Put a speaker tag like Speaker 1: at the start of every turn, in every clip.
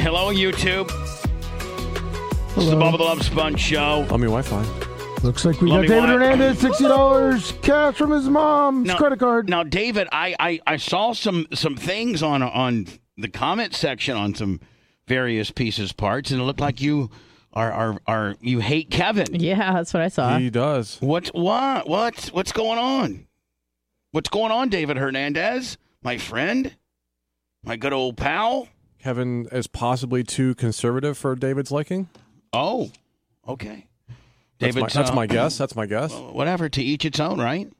Speaker 1: Hello, YouTube. This is the Bubba the Love Sponge Show.
Speaker 2: On your Wi-Fi.
Speaker 3: Looks like we
Speaker 1: Let
Speaker 3: got
Speaker 1: me
Speaker 3: David
Speaker 1: want it.
Speaker 3: Hernandez sixty dollars cash from his mom's
Speaker 1: Now-
Speaker 3: credit card.
Speaker 1: Now, David, I, I, I saw some some things on on the comment section on some various pieces parts, and it looked like you are are, are you hate Kevin.
Speaker 4: Yeah, that's what I saw.
Speaker 2: He does.
Speaker 1: What what what what's going on? What's going on, David Hernandez, my friend, my good old pal?
Speaker 2: Kevin is possibly too conservative for David's liking.
Speaker 1: Oh, okay.
Speaker 2: That's, my, that's
Speaker 1: uh,
Speaker 2: my guess. That's my guess.
Speaker 1: whatever to each its own right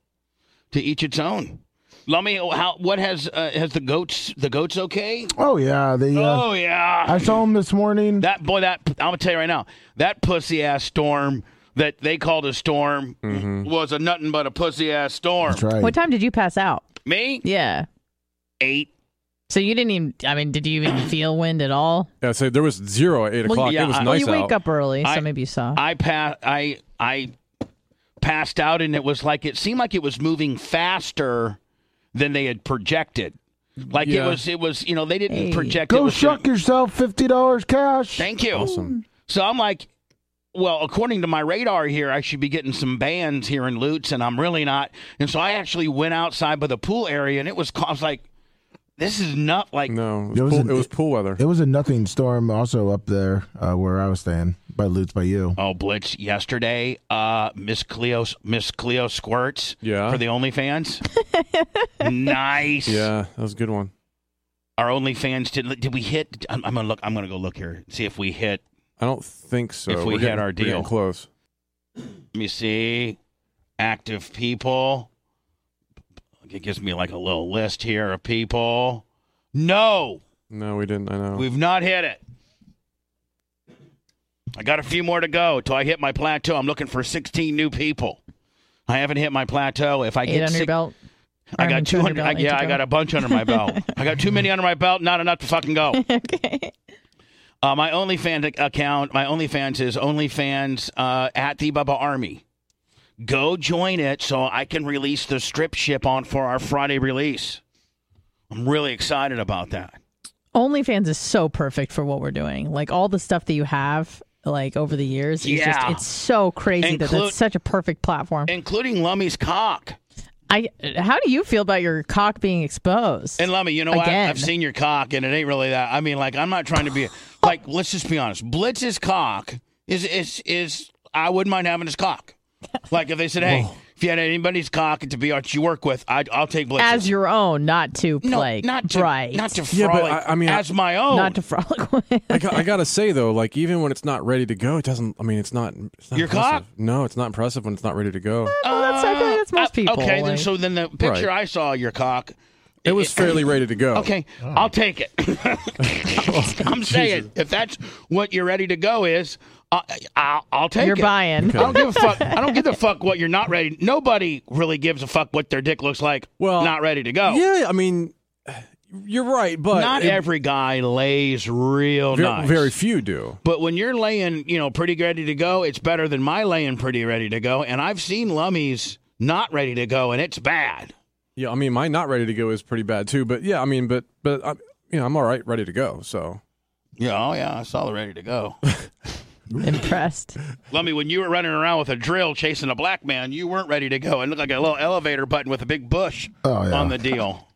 Speaker 1: to each its own let me how what has uh, has the goats the goats okay
Speaker 3: Oh yeah, they. Uh,
Speaker 1: oh yeah
Speaker 3: I saw him this morning.
Speaker 1: that boy that i'm gonna tell you right now that pussy ass storm that they called a storm was a nothing but a pussy ass storm
Speaker 3: That's right.
Speaker 4: What time did you pass out?
Speaker 1: me
Speaker 4: Yeah.
Speaker 1: eight
Speaker 4: So you didn't even. I mean, did you even feel wind at all?
Speaker 2: Yeah, so there was zero at eight
Speaker 4: Well, uh,
Speaker 2: o'clock.
Speaker 1: yeah,
Speaker 2: it was
Speaker 1: I-
Speaker 2: nice
Speaker 1: Well,
Speaker 4: you wake
Speaker 2: out.
Speaker 4: up early, so
Speaker 1: I-
Speaker 4: maybe you saw.
Speaker 1: i pa- i i passed out and it was like it seemed like it was moving faster than they had projected like
Speaker 2: Yeah.
Speaker 1: it was it was you know they didn't
Speaker 4: Hey.
Speaker 1: project it
Speaker 3: Go
Speaker 1: was
Speaker 3: shuck Oh, yourself fifty dollars cash.
Speaker 1: thank you
Speaker 2: Awesome.
Speaker 1: So I'm like, well, according to my radar here, I should be getting some bands here in Lutz, and I'm really not. And so I actually went outside by the pool area, and it was, I was like, this is not like,
Speaker 2: No, it was,
Speaker 3: It was
Speaker 2: pool,
Speaker 3: an-
Speaker 2: it was pool weather.
Speaker 3: It was a nothing storm also up there uh, where I was staying by Lutz by you.
Speaker 1: oh, Blitz, yesterday, uh, Miss Cleo, Miss Cleo squirts
Speaker 2: Yeah.
Speaker 1: for the OnlyFans. nice.
Speaker 2: yeah, that was a good one.
Speaker 1: Our OnlyFans did. Did we hit? I'm, I'm gonna look. I'm gonna go look here. See if we hit.
Speaker 2: I don't think so.
Speaker 1: If we
Speaker 2: We're
Speaker 1: had
Speaker 2: getting-
Speaker 1: our
Speaker 2: we're getting
Speaker 1: deal.
Speaker 2: close.
Speaker 1: Let me see. Active people. It gives me like a little list here of people. No,
Speaker 2: No, we didn't. I know.
Speaker 1: we've not hit it. I got a few more to go till I hit my plateau. I'm looking for 16 new people. I haven't hit my plateau. If I
Speaker 4: Eight
Speaker 1: get
Speaker 4: under your
Speaker 1: six-
Speaker 4: belt.
Speaker 1: I
Speaker 4: Arm
Speaker 1: got
Speaker 4: and two under
Speaker 1: 200.
Speaker 4: belt,
Speaker 1: I,
Speaker 4: eight
Speaker 1: yeah,
Speaker 4: to
Speaker 1: I
Speaker 4: go.
Speaker 1: got a bunch under my belt. I got too many under my belt. Not enough to fucking go.
Speaker 4: okay.
Speaker 1: Uh, my OnlyFans ac- account, my OnlyFans is OnlyFans uh, at the Bubba Army. Go join it so I can release the strip ship on for our Friday release. I'm really excited about that.
Speaker 4: OnlyFans is so perfect for what we're doing. Like all the stuff that you have, like over the years, is
Speaker 1: Yeah.
Speaker 4: just it's so crazy that
Speaker 1: Include-
Speaker 4: that's such a perfect platform.
Speaker 1: Including Lummy's cock.
Speaker 4: I. How do you feel about your cock being exposed?
Speaker 1: And Lummy, you know what?
Speaker 4: Again.
Speaker 1: I've seen your cock and it ain't really that. I mean, like, I'm not trying to be like, let's just be honest. Blitz's cock is is is I wouldn't mind having his cock. Like if they said, Hey, if you had anybody's cock to be out you work with, I'd I'll take Blitz's.
Speaker 4: as your own, not to
Speaker 1: No,
Speaker 4: like
Speaker 1: not to,
Speaker 4: right,
Speaker 1: not to
Speaker 2: Yeah, but
Speaker 1: frolic. Uh,
Speaker 2: I- I mean, I-
Speaker 1: as my own.
Speaker 4: not to frolic with.
Speaker 2: I, got, I gotta say though, like even when it's not ready to go, it doesn't. I mean, it's not. It's not
Speaker 1: Your
Speaker 2: impressive.
Speaker 1: cock?
Speaker 2: No, it's not impressive when it's not ready to go.
Speaker 4: Well, that's I feel like that's most
Speaker 1: Uh,
Speaker 4: people.
Speaker 1: Okay, then
Speaker 4: like-
Speaker 1: so then the picture I saw of your cock.
Speaker 2: It was fairly ready to go.
Speaker 1: Okay, I'll take it. I'm saying if that's what you're ready to go is, I, I, I'll take
Speaker 4: you're
Speaker 1: it.
Speaker 4: buying.
Speaker 1: I don't give a fuck. I don't give a fuck what you're not ready. Nobody really gives a fuck what their dick looks like.
Speaker 2: Well,
Speaker 1: not ready to go.
Speaker 2: Yeah, I mean, you're right, but
Speaker 1: not
Speaker 2: it-
Speaker 1: every guy lays real
Speaker 2: Very,
Speaker 1: nice.
Speaker 2: very few do.
Speaker 1: But when you're laying, you know, pretty ready to go, it's better than my laying pretty ready to go. And I've seen Lummies not ready to go, and it's bad.
Speaker 2: Yeah, I mean, my not ready to go is pretty bad too. But yeah, I mean, but but I, you know, I'm all right, ready to go. So
Speaker 1: Yeah, oh yeah, I saw the ready to go.
Speaker 4: impressed.
Speaker 1: Lummy, when you were running around with a drill chasing a black man, you weren't ready to go. It looked like a little elevator button with a big bush
Speaker 3: Oh, yeah.
Speaker 1: on the deal.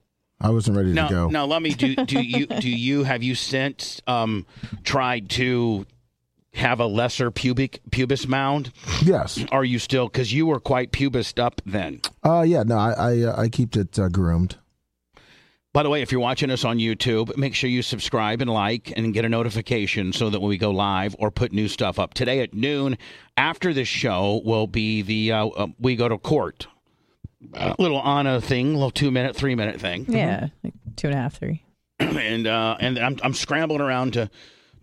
Speaker 3: I wasn't ready to
Speaker 1: Now,
Speaker 3: go.
Speaker 1: now, Lummy, do do you do you have you since um tried to have a lesser pubic pubis mound?
Speaker 3: Yes.
Speaker 1: Are you still because you were quite pubised up then?
Speaker 3: Uh, yeah. No, I I, uh, I keep it uh, groomed.
Speaker 1: By the way, if you're watching us on YouTube, make sure you subscribe and like and get a notification so that when we go live or put new stuff up today at noon after this show will be the uh, uh, we go to court little Anna thing, little two minute, three minute thing,
Speaker 4: Yeah, like two and a half, three.
Speaker 1: and uh, and I'm I'm scrambling around to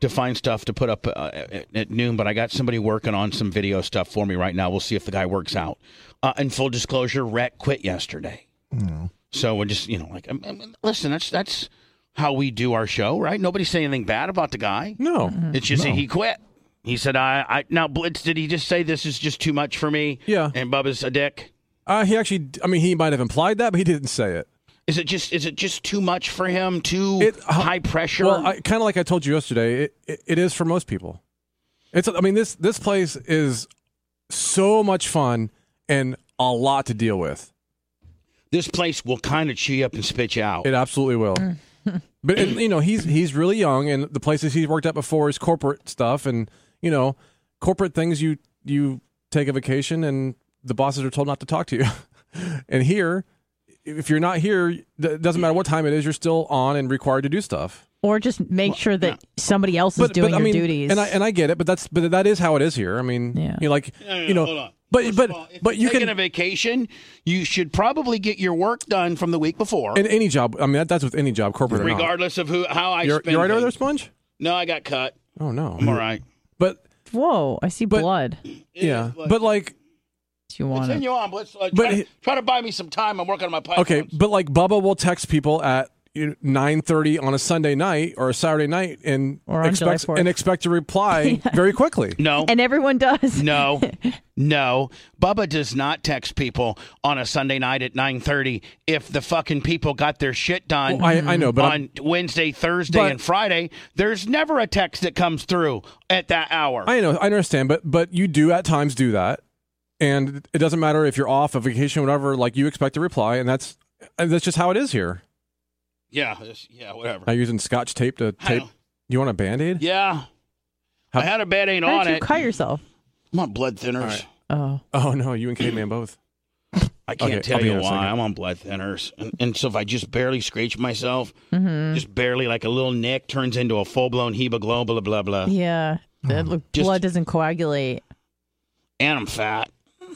Speaker 1: to find stuff to put up uh, at, at noon, but I got somebody working on some video stuff for me right now. We'll see if the guy works out. Uh, and full disclosure, Rhett quit yesterday.
Speaker 2: Hmm.
Speaker 1: So we're just, you know, like, I mean, listen, that's that's how we do our show, right? Nobody's saying anything bad about the guy.
Speaker 2: Hmm. no,
Speaker 1: It's just that he quit. He said, "I, I now Blitz, did he just say this is just too much for me?"
Speaker 2: Yeah.
Speaker 1: And Bubba's a dick.
Speaker 2: uh, he actually. I mean, he might have implied that, but he didn't say it.
Speaker 1: Is it just is it just too much for him? Too
Speaker 2: It- uh,
Speaker 1: high pressure?
Speaker 2: Well, I, kind of like I told you yesterday, it, it, it is for most people. It's I mean this this place is so much fun and a lot to deal with.
Speaker 1: this place will kind of chew you up and spit you out.
Speaker 2: It absolutely will.
Speaker 4: Mm.
Speaker 2: but and, you know he's he's really young, and the places he's worked at before is corporate stuff, and you know corporate things. You you take a vacation, and the bosses are told not to talk to you. and here, if you're not here, th- it doesn't matter what time it is, you're still on and required to do stuff.
Speaker 4: Or just make sure that somebody else is doing
Speaker 2: I
Speaker 4: your
Speaker 2: mean,
Speaker 4: duties.
Speaker 2: And I and I get it, but that's but that is how it is here. I mean,
Speaker 4: Yeah.
Speaker 2: you know, like
Speaker 1: no,
Speaker 2: you know,
Speaker 1: hold on.
Speaker 2: but
Speaker 1: First
Speaker 2: but
Speaker 1: of all, if
Speaker 2: but
Speaker 1: you're
Speaker 2: you
Speaker 1: taking
Speaker 2: can
Speaker 1: a vacation. You should probably get your work done from the week before,
Speaker 2: in any job. I mean, that, that's with any job, corporate or not.
Speaker 1: regardless of who how I
Speaker 2: You're,
Speaker 1: spend.
Speaker 2: you right over there,
Speaker 1: things.
Speaker 2: Sponge?
Speaker 1: No, I got cut.
Speaker 2: Oh no,
Speaker 1: I'm all right.
Speaker 2: but
Speaker 4: Whoa, I see blood.
Speaker 2: yeah,
Speaker 1: but-
Speaker 2: but like
Speaker 4: Do you want it?
Speaker 1: Continue on. Let's uh,
Speaker 2: But
Speaker 1: try,
Speaker 2: he-
Speaker 1: try to buy me some time. I'm working on my pipeline.
Speaker 2: okay, but like Bubba will text people at nine thirty on a Sunday night or a Saturday night and
Speaker 4: Or on July
Speaker 2: expect
Speaker 4: 4th.
Speaker 2: and expect to reply very quickly.
Speaker 1: No.
Speaker 4: And everyone does.
Speaker 1: no, no. Bubba does not text people on a Sunday night at 9:30 if the fucking people got their shit done.
Speaker 2: Well, I- I know, but
Speaker 1: on
Speaker 2: I'm-
Speaker 1: Wednesday, Thursday,
Speaker 2: But-
Speaker 1: and Friday, there's never a text that comes through at that hour.
Speaker 2: I know, I understand, but but you do at times do that, and it doesn't matter if you're off a vacation, whatever. Like you expect to reply, and that's and that's just how it is here.
Speaker 1: yeah, it's- yeah, whatever.
Speaker 2: Now you're using scotch tape to
Speaker 1: I
Speaker 2: tape.
Speaker 1: know.
Speaker 2: You want a band aid?
Speaker 1: yeah,
Speaker 2: How-
Speaker 1: I had a bad ain't
Speaker 4: How
Speaker 1: on
Speaker 4: did you
Speaker 1: it.
Speaker 4: cut yourself?
Speaker 1: I'm on blood thinners.
Speaker 2: right.
Speaker 4: Oh,
Speaker 2: Oh no, you and K Man both.
Speaker 1: I can't
Speaker 2: Okay, I'll
Speaker 1: tell
Speaker 2: be
Speaker 1: you
Speaker 2: here in a
Speaker 1: why.
Speaker 2: second.
Speaker 1: I'm on blood thinners, and, and so if I just barely scratch myself,
Speaker 4: Mm-hmm.
Speaker 1: just barely like a little nick turns into a full blown hemoglobin, blah blah blah,
Speaker 4: yeah. That look-
Speaker 1: Uh, Just-
Speaker 4: blood doesn't coagulate.
Speaker 1: and I'm fat.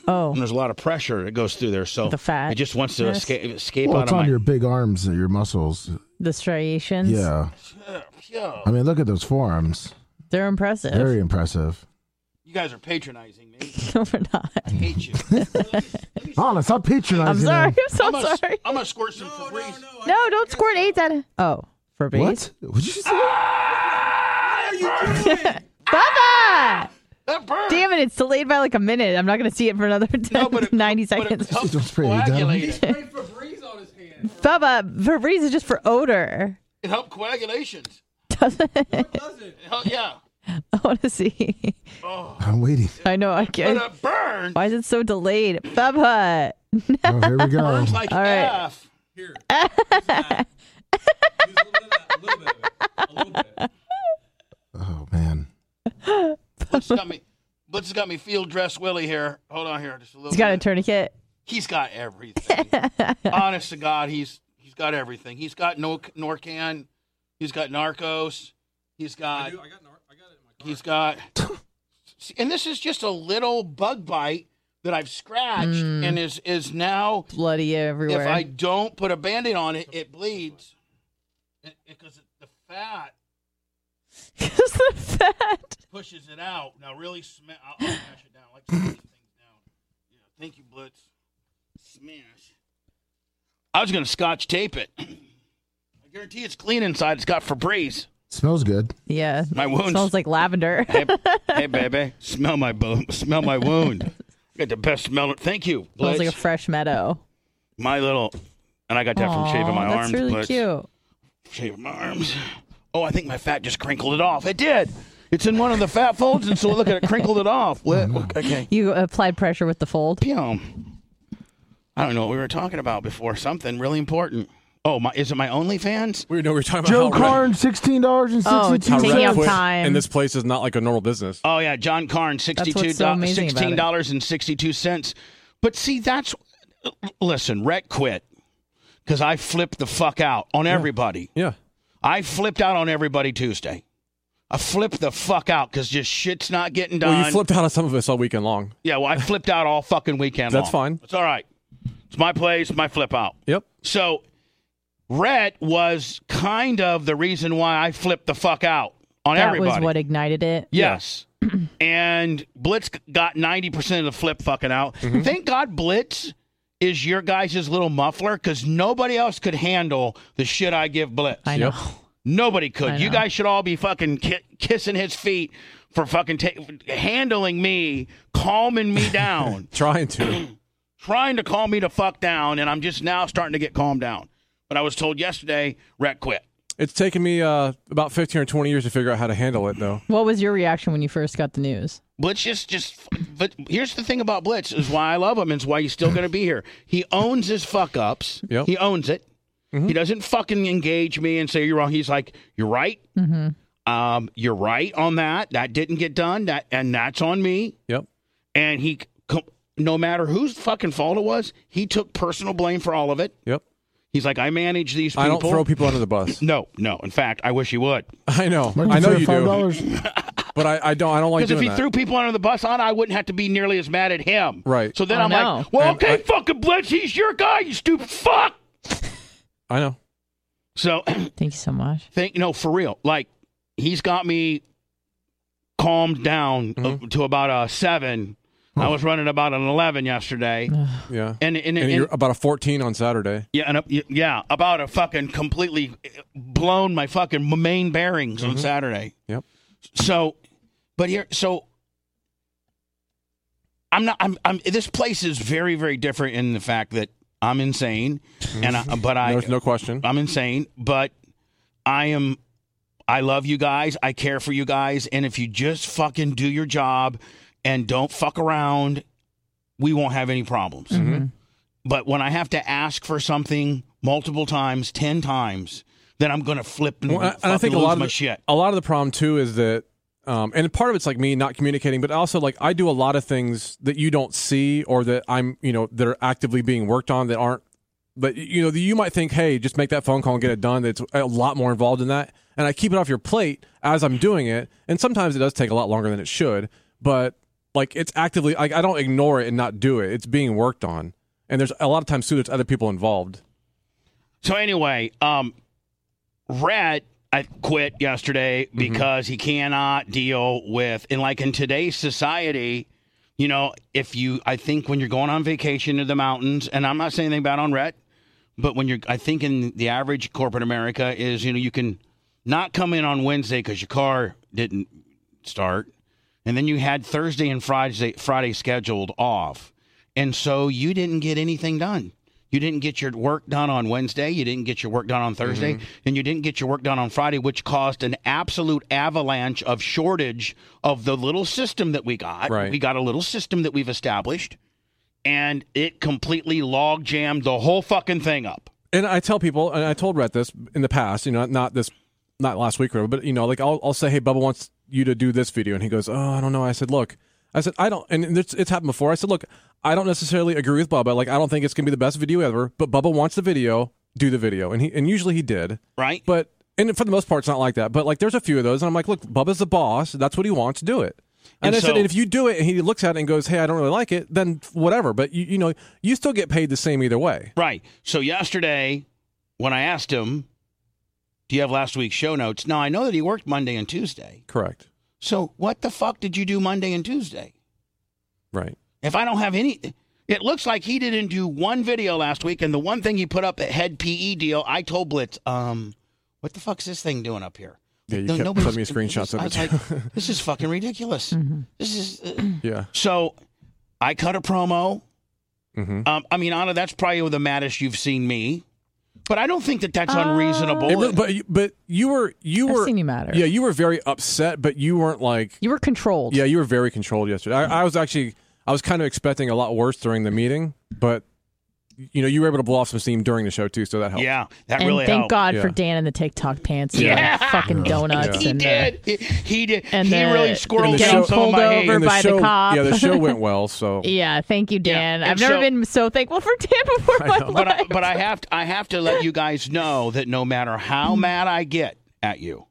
Speaker 4: Oh,
Speaker 1: and there's a lot of pressure that goes through there. So
Speaker 4: The fat.
Speaker 1: it just wants to
Speaker 4: Yes.
Speaker 1: escape, escape
Speaker 3: Well,
Speaker 1: out
Speaker 3: it's
Speaker 1: of
Speaker 3: on
Speaker 1: my.
Speaker 3: your big arms, and your muscles.
Speaker 4: the striations.
Speaker 3: Yeah,
Speaker 1: Yeah.
Speaker 3: I mean, look at those forearms.
Speaker 4: They're impressive.
Speaker 3: Very impressive.
Speaker 1: You guys are patronizing me.
Speaker 4: no, we're not.
Speaker 1: I hate you.
Speaker 3: Honest, I'm patronizing.
Speaker 4: I'm sorry.
Speaker 3: them.
Speaker 4: I'm so
Speaker 1: I'm gonna,
Speaker 4: sorry.
Speaker 1: I'm gonna squirt some Febreze.
Speaker 4: No, don't squirt AIDS at him. Oh, for
Speaker 3: What? Would you say?
Speaker 4: Bubba!
Speaker 1: That burns.
Speaker 4: Ah, Damn it, it's delayed by like a minute. I'm not going to see it for another 10,
Speaker 1: No, but it-
Speaker 4: 90
Speaker 1: but it
Speaker 4: seconds.
Speaker 1: helps
Speaker 3: Don't spray it down.
Speaker 1: coagulate. It
Speaker 4: Bubba, Febreze is just for odor.
Speaker 1: It helped coagulations. Does it? Hell, yeah.
Speaker 4: I want to see.
Speaker 3: I'm waiting.
Speaker 4: I know. I
Speaker 1: But
Speaker 4: can't.
Speaker 1: it burns.
Speaker 4: Why is it so delayed? Bubba!
Speaker 3: Oh, here we go.
Speaker 1: Burns like
Speaker 4: All right.
Speaker 1: F.
Speaker 3: Oh man.
Speaker 1: Blitz got me. Blitz has got me field dress Willie here. Hold on here, just a little.
Speaker 4: He's got a
Speaker 1: bit.
Speaker 4: tourniquet.
Speaker 1: He's got everything. Honest to God, he's he's got everything. He's got no Norcan. He's got Narcos. He's got. He's got. and this is just a little bug bite that I've scratched
Speaker 4: Hmm.
Speaker 1: and is is now.
Speaker 4: Bloody everywhere.
Speaker 1: If I don't put a band-aid on it, it bleeds. Because the fat
Speaker 4: Because the fat.
Speaker 1: pushes it out. Now really smash. I'll, I'll smash it down. I Like to smash things down. Yeah. Thank you, Blitz. Smash. I was gonna scotch tape it. I guarantee it's clean inside. It's got Febreze.
Speaker 3: Smells good.
Speaker 4: Yeah.
Speaker 1: My wounds.
Speaker 4: Smells like lavender.
Speaker 1: hey, hey, baby. Smell my bo- smell my wound. Got the best smell. Thank you,
Speaker 4: Smells
Speaker 1: Blitz.
Speaker 4: like a fresh meadow.
Speaker 1: my little. And I got that from shaving
Speaker 4: Aw,
Speaker 1: my
Speaker 4: that's
Speaker 1: arms.
Speaker 4: really
Speaker 1: Blitz.
Speaker 4: cute.
Speaker 1: Shave my arms. Oh, I think my fat just crinkled it off. It did. It's in one of the fat folds, and so look at it crinkled it off. What?
Speaker 4: Mm-hmm.
Speaker 1: Okay.
Speaker 4: You applied pressure with the fold.
Speaker 1: Pew. I don't know what we were talking about before. Something really important. Oh, my! Is it my OnlyFans?
Speaker 2: We know we were talking about
Speaker 3: Joe
Speaker 2: how, Red-
Speaker 3: Carn, sixteen dollars and
Speaker 4: Oh,
Speaker 3: sixty-two
Speaker 2: how
Speaker 4: Taking
Speaker 2: Red
Speaker 4: up
Speaker 2: quit,
Speaker 4: time.
Speaker 2: and this place is not like a normal business.
Speaker 1: Oh yeah, John Carn, sixty-two
Speaker 4: what's so
Speaker 1: dollars,
Speaker 4: amazing about it.
Speaker 1: sixteen dollars and sixty-two cents. But see, that's listen. Rhett quit because I flipped the fuck out on everybody.
Speaker 2: Yeah,
Speaker 1: I flipped out on everybody Tuesday. I flipped the fuck out because just shit's not getting done.
Speaker 2: well, you flipped out on some of us all weekend long.
Speaker 1: Yeah, well, I flipped out all fucking weekend.
Speaker 2: That's
Speaker 1: long.
Speaker 2: fine.
Speaker 1: It's all right. It's my place, my flip out.
Speaker 2: Yep.
Speaker 1: So, Rhett was kind of the reason why I flipped the fuck out on
Speaker 4: That
Speaker 1: everybody.
Speaker 4: was what ignited it.
Speaker 1: yes. and Blitz got 90% of the flip fucking out.
Speaker 2: Mm-hmm.
Speaker 1: Thank God Blitz is your guys' little muffler because nobody else could handle the shit I give Blitz.
Speaker 4: I know.
Speaker 2: Yep.
Speaker 1: Nobody could. You guys should all be fucking ki- kissing his feet for fucking ta- handling me, calming me down.
Speaker 2: Trying to.
Speaker 1: trying to calm me to fuck down, and I'm just now starting to get calmed down. But I was told yesterday, Rhett quit.
Speaker 2: It's taken me uh, about 15 or 20 years to figure out how to handle it, though.
Speaker 4: What was your reaction when you first got the news?
Speaker 1: Blitz just just but here's the thing about Blitz is why I love him and it's why he's still gonna be here. He owns his fuck ups.
Speaker 2: Yep. Mm-hmm.
Speaker 1: He owns it. He doesn't fucking engage me and say you're wrong. He's like, You're right. Um, you're right on that. That didn't get done. That and that's on me.
Speaker 2: Yep.
Speaker 1: And he co- no matter whose fucking fault it was, he took personal blame for all of it.
Speaker 2: Yep.
Speaker 1: He's like, I manage these people.
Speaker 2: I don't throw people under the bus.
Speaker 1: no, no. In fact, I wish he would.
Speaker 2: I know.
Speaker 1: Oh,
Speaker 3: Looking
Speaker 2: I know
Speaker 3: for
Speaker 2: you
Speaker 3: five
Speaker 2: do.
Speaker 3: dollars.
Speaker 2: But I, I don't I don't like
Speaker 1: Because if
Speaker 2: doing
Speaker 1: he
Speaker 2: that.
Speaker 1: threw people under the bus on, I wouldn't have to be nearly as mad at him.
Speaker 2: Right.
Speaker 1: So then
Speaker 4: I
Speaker 1: I'm
Speaker 4: know.
Speaker 1: like, well,
Speaker 2: And
Speaker 1: okay,
Speaker 2: I-
Speaker 1: fucking Blitz, he's your guy, you stupid fuck.
Speaker 2: I know.
Speaker 1: So,
Speaker 4: Thank you so much.
Speaker 1: think no, for real. Like, he's got me calmed down
Speaker 2: Mm-hmm.
Speaker 1: uh, to about a seven. I was running about an eleven yesterday,
Speaker 2: Yeah.
Speaker 1: and and,
Speaker 2: And
Speaker 1: and-
Speaker 2: you're about a 14 on Saturday.
Speaker 1: yeah, and up, yeah, about a fucking completely uh, blown my fucking main bearings on Saturday.
Speaker 2: Mm-hmm. Yep.
Speaker 1: So, but here, so I'm not. I'm. I'm. This place is very, very different in the fact that I'm insane, and I, but I,
Speaker 2: Mm-hmm. There's no question.
Speaker 1: I'm insane, but I am. I love you guys. I care for you guys, and if you just fucking do your job and don't fuck around, we won't have any problems.
Speaker 2: Mm-hmm.
Speaker 1: But when I have to ask for something multiple times, ten times, then I'm gonna flip and,
Speaker 2: Well, and I- and I
Speaker 1: fucking
Speaker 2: think a
Speaker 1: lose
Speaker 2: lot of
Speaker 1: my
Speaker 2: the-
Speaker 1: shit.
Speaker 2: a lot of the problem too is that um, and part of it's like me not communicating but also like i do a lot of things that you don't see or that i'm you know that are actively being worked on that aren't but you know you might think hey just make that phone call and get it done it's a lot more involved in that and i keep it off your plate as i'm doing it and sometimes it does take a lot longer than it should but like it's actively like i don't ignore it and not do it it's being worked on and there's a lot of times too there's other people involved
Speaker 1: So anyway, um, Red I quit yesterday because he cannot deal with and like in today's society, you know, if you I think when you're going on vacation to the mountains, and I'm not saying anything bad on Red, but when you're I think in the average corporate America is you know you can not come in on Wednesday because your car didn't start, and then you had Thursday and Friday Friday scheduled off, and so you didn't get anything done. You didn't get your work done on Wednesday. You didn't get your work done on Thursday, and you didn't get your work done on Friday, which caused an absolute avalanche of shortage of the little system that we got.
Speaker 2: Right.
Speaker 1: We got a little system that we've established, and it completely log jammed the whole fucking thing up.
Speaker 2: and I tell people, and I told Rhett this in the past, you know, not this, not last week or whatever, but you know, like I'll, I'll say, hey, Bubba wants you to do this video, and he goes, oh, I don't know. I said, look, I said, I don't, and it's, it's happened before. I said, look, I don't necessarily agree with Bubba. Like, I don't think it's gonna be the best video ever, but Bubba wants the video, do the video, and he, and usually he did,
Speaker 1: Right?
Speaker 2: but and for the most part, it's not like that. But like, there's a few of those, and I'm like, look, Bubba's the boss. That's what he wants. Do it. And,
Speaker 1: And
Speaker 2: I
Speaker 1: so-
Speaker 2: said, and if you do it, and he looks at it and goes, hey, I don't really like it, then whatever. But you, you know, you still get paid the same either way.
Speaker 1: Right. So yesterday, when I asked him, "Do you have last week's show notes?" Now I know that he worked Monday and Tuesday.
Speaker 2: Correct.
Speaker 1: So what the fuck did you do Monday and Tuesday?
Speaker 2: Right.
Speaker 1: If I don't have any, it looks like he didn't do one video last week. And the one thing he put up at head PE deal, I told Blitz, "Um, what the fuck's this thing doing up here?"
Speaker 2: Yeah, you
Speaker 1: No-
Speaker 2: kept
Speaker 1: nobody's-
Speaker 2: sending me screenshots of
Speaker 1: I
Speaker 2: it.
Speaker 1: was like, this is fucking ridiculous. This is uh,
Speaker 2: Yeah.
Speaker 1: so. I cut a promo.
Speaker 2: Mm-hmm.
Speaker 1: Um, I mean, Anna, that's probably the maddest you've seen me. But I don't think that
Speaker 4: Oh.
Speaker 1: that's unreasonable.
Speaker 2: but you- but you were you
Speaker 4: I've
Speaker 2: were
Speaker 4: seen you matter.
Speaker 2: yeah you were very upset, but you weren't like
Speaker 4: You were controlled.
Speaker 2: yeah you were very controlled yesterday. I, I was actually I was kind of expecting a lot worse during the meeting, but you know you were able to blow off some steam during the show too, so that helped.
Speaker 1: yeah, that
Speaker 4: and
Speaker 1: really
Speaker 4: thank
Speaker 1: helped.
Speaker 4: God for
Speaker 2: Yeah.
Speaker 4: Dan and the TikTok pants. and
Speaker 1: Yeah.
Speaker 4: the fucking donuts.
Speaker 1: He
Speaker 4: and the-
Speaker 1: did. He, he did.
Speaker 4: and
Speaker 1: he
Speaker 4: the-
Speaker 1: really
Speaker 4: and
Speaker 1: squirreled
Speaker 2: the
Speaker 1: down
Speaker 2: show-
Speaker 1: some of
Speaker 4: pulled
Speaker 1: my
Speaker 4: over
Speaker 1: hate.
Speaker 2: And the
Speaker 4: by the
Speaker 2: show
Speaker 4: cop.
Speaker 2: yeah the show went well, so
Speaker 4: Yeah, thank you, Dan.
Speaker 1: and
Speaker 4: I've never
Speaker 1: so-
Speaker 4: been so thankful for Dan before in my life.
Speaker 1: But I, but I have to, I have to let you guys know that no matter
Speaker 4: Mm.
Speaker 1: how mad I get at you,